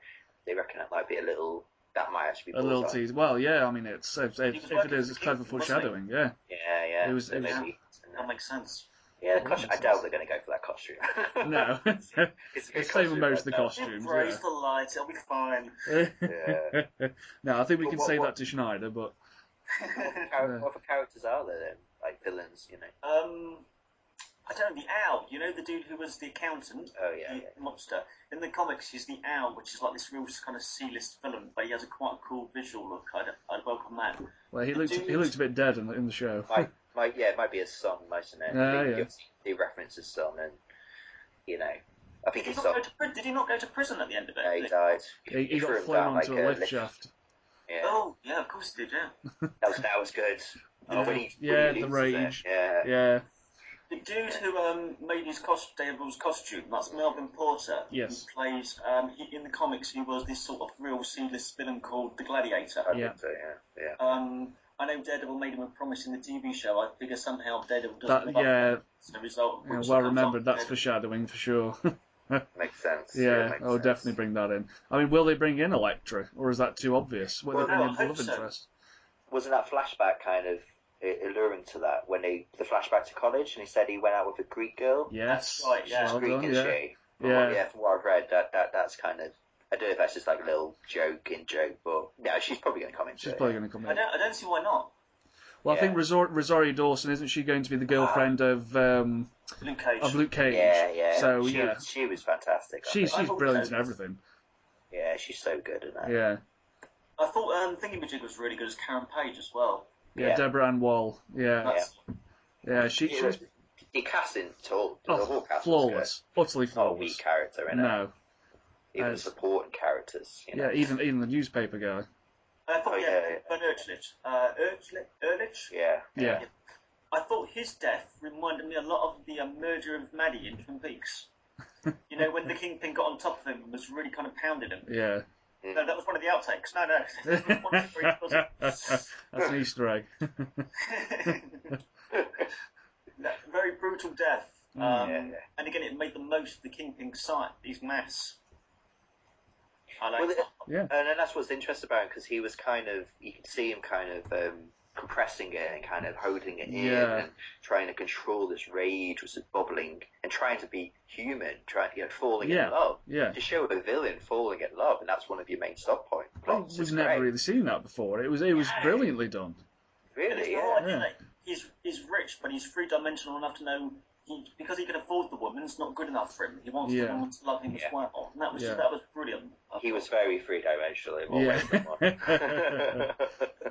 S2: they reckon that might be a little. That might actually be
S1: a little
S2: Bullseye.
S1: tease. Well, yeah, I mean it's if, if, if it is, it's clever
S3: Wasn't it?
S1: foreshadowing. Yeah.
S2: Yeah, yeah.
S1: It was-
S2: so
S1: it was-
S2: maybe-
S3: That makes sense.
S2: Yeah,
S1: That
S2: the costume. I
S1: makes
S2: doubt
S1: sense.
S2: they're going to go for that costume.
S1: No.
S2: it's, it's a good
S1: It's saving
S2: costume,
S1: most of the
S2: but, uh,
S1: costumes.
S3: Embrace the light, it'll be fine.
S1: Yeah.
S2: Yeah.
S1: no, I think we
S2: But
S1: can
S2: what-
S1: say
S2: what-
S1: that to Schneider, but
S2: What char- what other characters are there then? Like villains, you know?
S3: Um, I don't know, the owl, you know the dude who was the accountant?
S2: Oh yeah,
S3: the
S2: yeah.
S3: monster. In the comics, he's the owl, which is like this real kind of C-list villain, but he has a quite a cool visual look. I'd, I'd welcome that.
S1: well, he looked he looked a bit dead in the, in the show.
S2: Might, might, yeah, it might be his son, mightn't it?
S1: Yeah,
S2: they,
S1: yeah.
S2: give- they reference his son, and you know, I think
S3: Did he,
S2: his
S3: not
S2: son.
S3: go to, pri- did he not go to prison at the end of
S2: No, he
S3: it?
S2: died.
S1: He, he
S2: threw
S1: got
S2: him
S1: flown
S2: down
S1: onto
S2: like
S1: a lift shaft.
S2: Yeah,
S3: Oh, yeah, of course he did, yeah.
S2: that was that was good. Oh, when he-
S1: Yeah,
S2: when he
S1: the
S2: loses it,
S1: rage.
S2: Yeah,
S1: Yeah.
S3: The dude who um, made his cost- Daredevil's costume, that's Melvin Porter.
S1: Yes.
S3: He plays, um, he, in the comics, he was this sort of real C-list villain called the Gladiator.
S2: I
S1: Yeah.
S2: think so, yeah, yeah.
S3: Um, I know Daredevil made him a promise in the TV show. I figure somehow Daredevil doesn't
S1: That
S3: live up to
S1: yeah,
S3: it. As a result,
S1: yeah,
S3: Wilson
S1: well
S3: comes
S1: remembered.
S3: up with
S1: That's
S3: it.
S1: foreshadowing for sure.
S2: Makes sense.
S1: yeah,
S2: makes
S1: I'll
S2: sense.
S1: definitely bring that in. I mean, will they bring in Electra, or is that too obvious? Will
S2: Well,
S1: they bring in
S3: no, I hope
S1: love
S3: so.
S1: interest?
S2: wasn't that flashback kind of i- alluring to that when they the flashback to college and he said he went out with a Greek girl?
S1: Yes.
S3: That's right, yeah.
S2: She's
S1: Well
S2: Greek
S1: done,
S2: and
S1: yeah.
S2: she. From
S1: Yeah.
S2: What, yeah, from what I've read, that, that that's kind of I don't know if that's just like a little joke in joke, but no, she's probably going to come into
S1: She's
S2: it.
S1: probably going to come
S3: I
S1: in.
S3: don't, I don't see why not.
S1: Well, I think
S2: yeah. Ah.
S1: Rosor- Rosario Dawson isn't she going to be the girlfriend of um,
S3: Luke Cage.
S1: of Luke Cage?
S2: Yeah, yeah.
S1: So
S2: she,
S1: yeah,
S2: was, she was fantastic. I
S1: she,
S2: think.
S1: she's
S3: hope
S1: brilliant
S3: so.
S1: in everything.
S2: yeah, she's so good in that.
S1: Yeah.
S3: I thought um, Thingamajig was really good as Karen Page as well.
S1: Yeah,
S2: Yeah.
S1: Deborah Ann Wall. Yeah,
S3: That's,
S1: yeah, she,
S2: It was-
S1: she's
S2: the casting, all, the whole
S1: oh,
S2: cast
S1: flawless, utterly
S2: Was good. Not a weak
S1: flawless.
S2: character in it.
S1: No,
S2: Even the
S1: Uh,
S2: supporting characters. You know?
S1: yeah, even even the newspaper guy.
S3: I thought,
S2: Oh,
S3: yeah,
S2: yeah, yeah.
S3: Ben Urchlich. Uh, Urchlich? Urlich?
S2: yeah,
S1: Yeah,
S3: I thought his death reminded me a lot of the uh, murder of Maddie in Twin Peaks. You know, when the kingpin got on top of him and was really kind of pounding him.
S1: yeah,
S3: No, that was one of the outtakes. No, no. One of the three-
S1: that's an Easter egg.
S3: That very brutal death. Um,
S2: Mm, yeah, yeah.
S3: And again, it made the most of the Kingpin's sight, his mass. I like
S2: Well, the-
S1: Yeah.
S2: And then that's what's interesting about him because he was kind of, you could see him kind of um, compressing it and kind of holding it
S1: Yeah.
S2: in and trying to control this rage, which is bubbling, and trying to be human, trying you know, falling
S1: Yeah.
S2: in love.
S1: Yeah.
S2: To show a villain falling in love, and that's one of your main stop point.
S1: Well,
S2: plots.
S1: we've
S2: It's
S1: never
S2: great.
S1: really seen that before. It was it was brilliantly done.
S3: And it's
S2: really,
S3: the
S2: yeah.
S3: whole idea
S1: yeah.
S3: that he's, he's rich, but he's three dimensional enough to know he, because he can afford the woman, it's not good enough for him. He wants
S1: Yeah.
S3: the woman to love him
S2: Yeah.
S3: as well. And that was,
S1: Yeah.
S3: that was brilliant. I
S2: He
S3: thought.
S2: was very three dimensional in one
S1: Yeah.
S2: way. someone.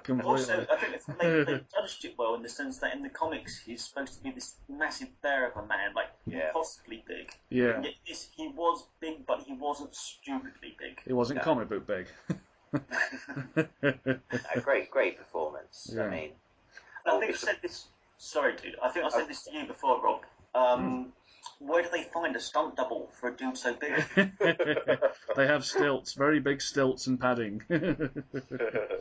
S1: Completely.
S2: uh,
S3: Also, I think it's- they, they judged it well in the sense that in the comics he's supposed to be this massive bear of a man, like
S2: Yeah.
S3: impossibly big.
S1: Yeah,
S3: And yet this, he was big big, but he wasn't stupidly big.
S1: It wasn't
S2: Yeah.
S1: comic book big.
S2: A great, great performance.
S1: Yeah.
S2: I mean,
S3: I think I said this. Sorry, dude. I think I said this to you before, Rob.
S1: Mm.
S3: Um, Where do they find a stunt double for a dude so big?
S1: they have stilts, very big stilts and padding.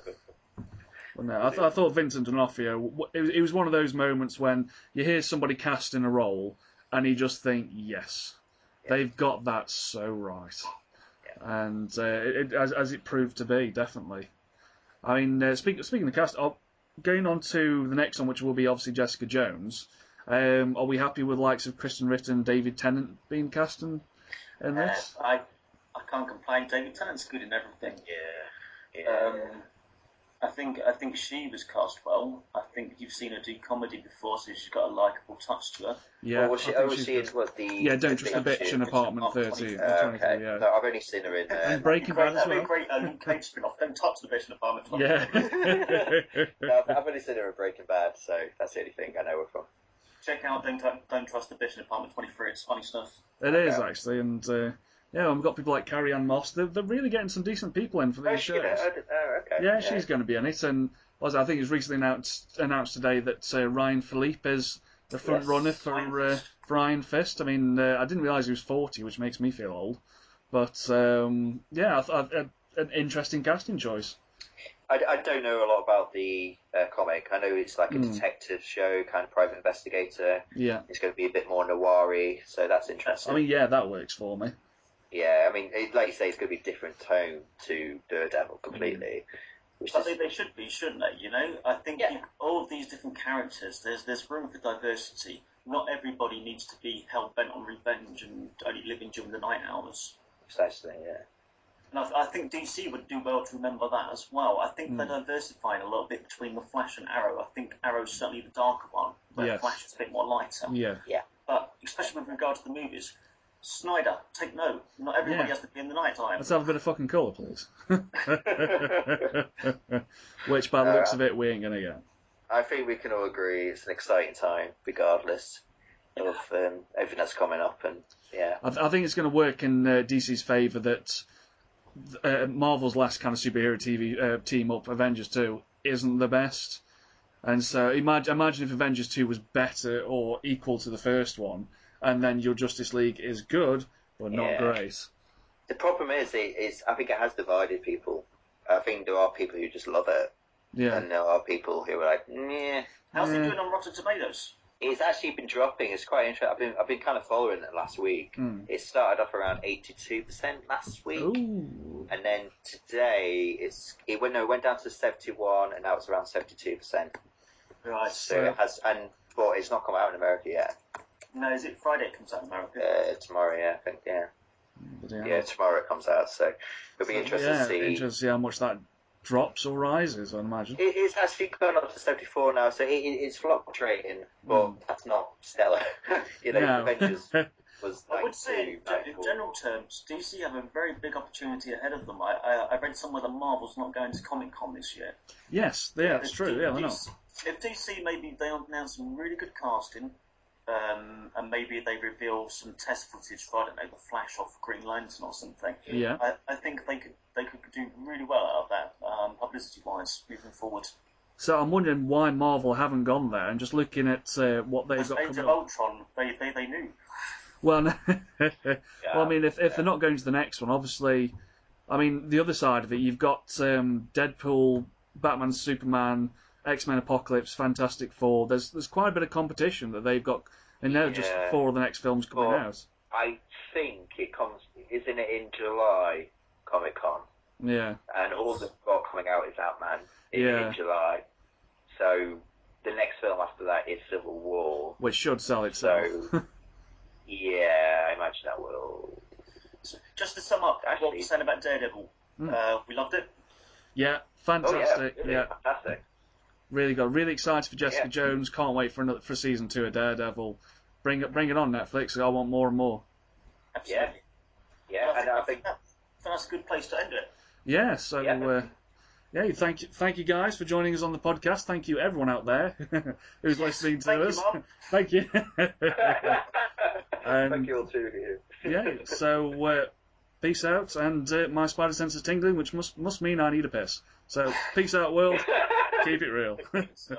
S1: But no, I, th- I thought Vincent D'Onofrio. w- It was, it was one of those moments when you hear somebody cast in a role, and you just think, yes, they've got that so right, and uh, it, as, as it proved to be, definitely. I mean, uh, speak, speaking of the cast, I'll, going on to the next one, which will be obviously Jessica Jones. Um, are we happy with likes of Kristen Ritter and David Tennant being cast in, in
S3: Uh,
S1: this?
S3: I I can't complain. David Tennant's good in everything.
S2: yeah, yeah.
S3: Um, I think I think she was cast well. I think you've seen her do comedy before, so she's got a likeable touch to her.
S1: Yeah,
S2: Well, was she
S1: I think she's
S2: overseas
S1: good.
S2: was the
S1: Yeah, don't
S2: the
S1: trust the
S2: big
S1: bitch
S2: shit.
S1: in apartment
S3: Oh,
S1: 13.
S3: 23,
S2: Uh,
S1: Uh,
S2: okay,
S1: yeah.
S2: no, I've only seen her in. Uh,
S1: And Breaking Bad as
S3: That'd be a
S1: well.
S3: great uh, Luke Cage spin-off. Don't touch the bitch in the apartment.
S1: Yeah.
S2: no, I've- I've only seen her in Breaking Bad, so that's the only thing I know her from.
S3: Check out Don't, Don't- Don't Trust the Bitch in Apartment 23. It's funny stuff.
S1: it is, actually. And uh, yeah, we've got people like Carrie Ann Moss. They're, they're really getting some decent people in for
S2: Oh,
S1: these
S2: she,
S1: shows.
S2: did it. oh, did- oh, okay.
S1: Yeah, she's going to be in it. And was it- I think it was recently announced announced today that uh, Ryan Philippe is the front
S2: Yes,
S1: runner for
S3: Ryan
S1: uh, for Iron Fist. I mean, uh, I didn't realise he was forty, which makes me feel old. But um, yeah, I th- I, I, an interesting casting choice.
S2: I, I don't know a lot about the uh, comic. I know it's like a
S1: Hmm.
S2: detective show, kind of private investigator.
S1: Yeah,
S2: It's going to be a bit more noiry, so that's interesting.
S1: I mean, yeah, that works for me.
S2: yeah, I mean, it, like you say, it's going to be a different tone to Daredevil completely.
S1: Hmm.
S2: Which
S3: But they,
S2: is,
S3: they should be, shouldn't they? You know, I think
S2: Yeah.
S3: you, all of these different characters, there's there's room for diversity. Not everybody needs to be hell bent on revenge and only living during the night hours.
S2: precisely, yeah.
S3: And I, I think DC would do well to remember that as well. I
S1: Hmm.
S3: think they're diversifying a little bit between the Flash and Arrow. I think Arrow's certainly the darker one, where
S1: Yes. Hmm.
S3: Flash is a bit more lighter.
S1: Yeah,
S3: But especially with regard to the movies, Snyder, take note. Not everybody
S1: Yeah.
S3: has to be in the night time.
S1: Let's have a bit of fucking colour, please. Which, by the
S2: Uh,
S1: looks of it, we ain't gonna get.
S2: I think we can all agree it's an exciting time, regardless of um, everything that's coming up. And yeah,
S1: I, th- I think it's going to work in uh, DC's favour that uh, Marvel's last kind of superhero TV uh, team up, Avengers 2, isn't the best. And so imagine, imagine if Avengers 2 was better or equal to the first one, and then your Justice League is good, but not
S2: Yeah.
S1: great.
S2: the problem is, it, is I think it has divided people. I think there are people who just love it,
S1: Yeah.
S2: and there are people who are like, "Nah."
S3: How's he
S1: Yeah.
S3: doing on Rotten Tomatoes?
S2: It's actually been dropping. It's quite interesting. I've been I've been kind of following it last week.
S1: Hmm.
S2: It started off around eighty two percent last week,
S1: Ooh.
S2: and then today it's it went no, it went down to seventy one, and now it's around seventy two percent.
S3: Right.
S2: So
S1: Yeah.
S2: it has, and but it's not come out in America yet.
S3: No, is it Friday it comes out in America?
S2: Uh, tomorrow, yeah, I think, yeah.
S1: Bloody hell.
S2: Yeah, tomorrow it comes out, so it'll be interesting
S1: yeah,
S2: to see.
S1: interesting to see how much that drops or rises, I imagine.
S2: It is actually going up to 74 now, so it, it- it's fluctuating, but that's not stellar. you know,
S1: Hmm. No.
S2: Avengers was
S3: I
S2: like
S3: would say,
S2: two,
S3: in,
S2: like
S3: ge- in
S2: four.
S3: general terms, DC have a very big opportunity ahead of them. I, I, I read somewhere that Marvel's not going to Comic Con this year.
S1: Yes, yeah, that's
S3: If
S1: true.
S3: D-
S1: Yeah, why not?
S3: DC If DC maybe they announce some really good casting, um, and maybe they reveal some test footage for I don't know the Flash off Green Lantern or something.
S1: Yeah.
S3: I, I think they could they could do really well out of that um, publicity wise moving forward.
S1: So I'm wondering why Marvel haven't gone there, and just looking at uh, what they've
S3: As
S1: got
S3: Age
S1: coming
S3: of
S1: up.
S3: Ultron, they, they, they knew.
S1: Well, no- well, I mean, if, if
S2: yeah.
S1: they're not going to the next one, obviously, I mean, the other side of it, you've got um, Deadpool, Batman, Superman, X Men Apocalypse, Fantastic Four. There's there's quite a bit of competition that they've got, and now just
S2: Yeah.
S1: four of the next films coming
S2: Well,
S1: out.
S2: I think it comes, isn't it in July, Comic Con?
S1: Yeah,
S2: And all that's got coming out is Ant-Man in,
S1: Yeah.
S2: in July. So the next film after that is Civil War.
S1: which should sell itself.
S2: Yeah, I imagine that will.
S3: So just to sum up what
S2: Actually-
S3: we said about Daredevil,
S1: Mm.
S3: uh, we loved it.
S1: yeah,
S2: Oh yeah,
S1: fantastic.
S2: really
S1: yeah,
S2: fantastic.
S1: really good. Really excited for Jessica
S2: Yeah.
S1: Jones. Can't wait for another for season two of Daredevil. Bring it, bring it on Netflix. I want more and more.
S3: Absolutely.
S2: Yeah, and I think
S3: that, that's a good place to end it.
S1: Yeah, so
S2: Yeah.
S1: Uh, yeah, thank you, thank you guys for joining us on the podcast. Thank you everyone out there who's listening to
S3: Thank you,
S1: us.
S3: Mark.
S1: thank you. Um,
S2: thank you all two of you.
S1: yeah, so uh, peace out, and uh, my spider sense is tingling, which must must mean I need a piss. So peace out, world. Keep it real.
S3: So,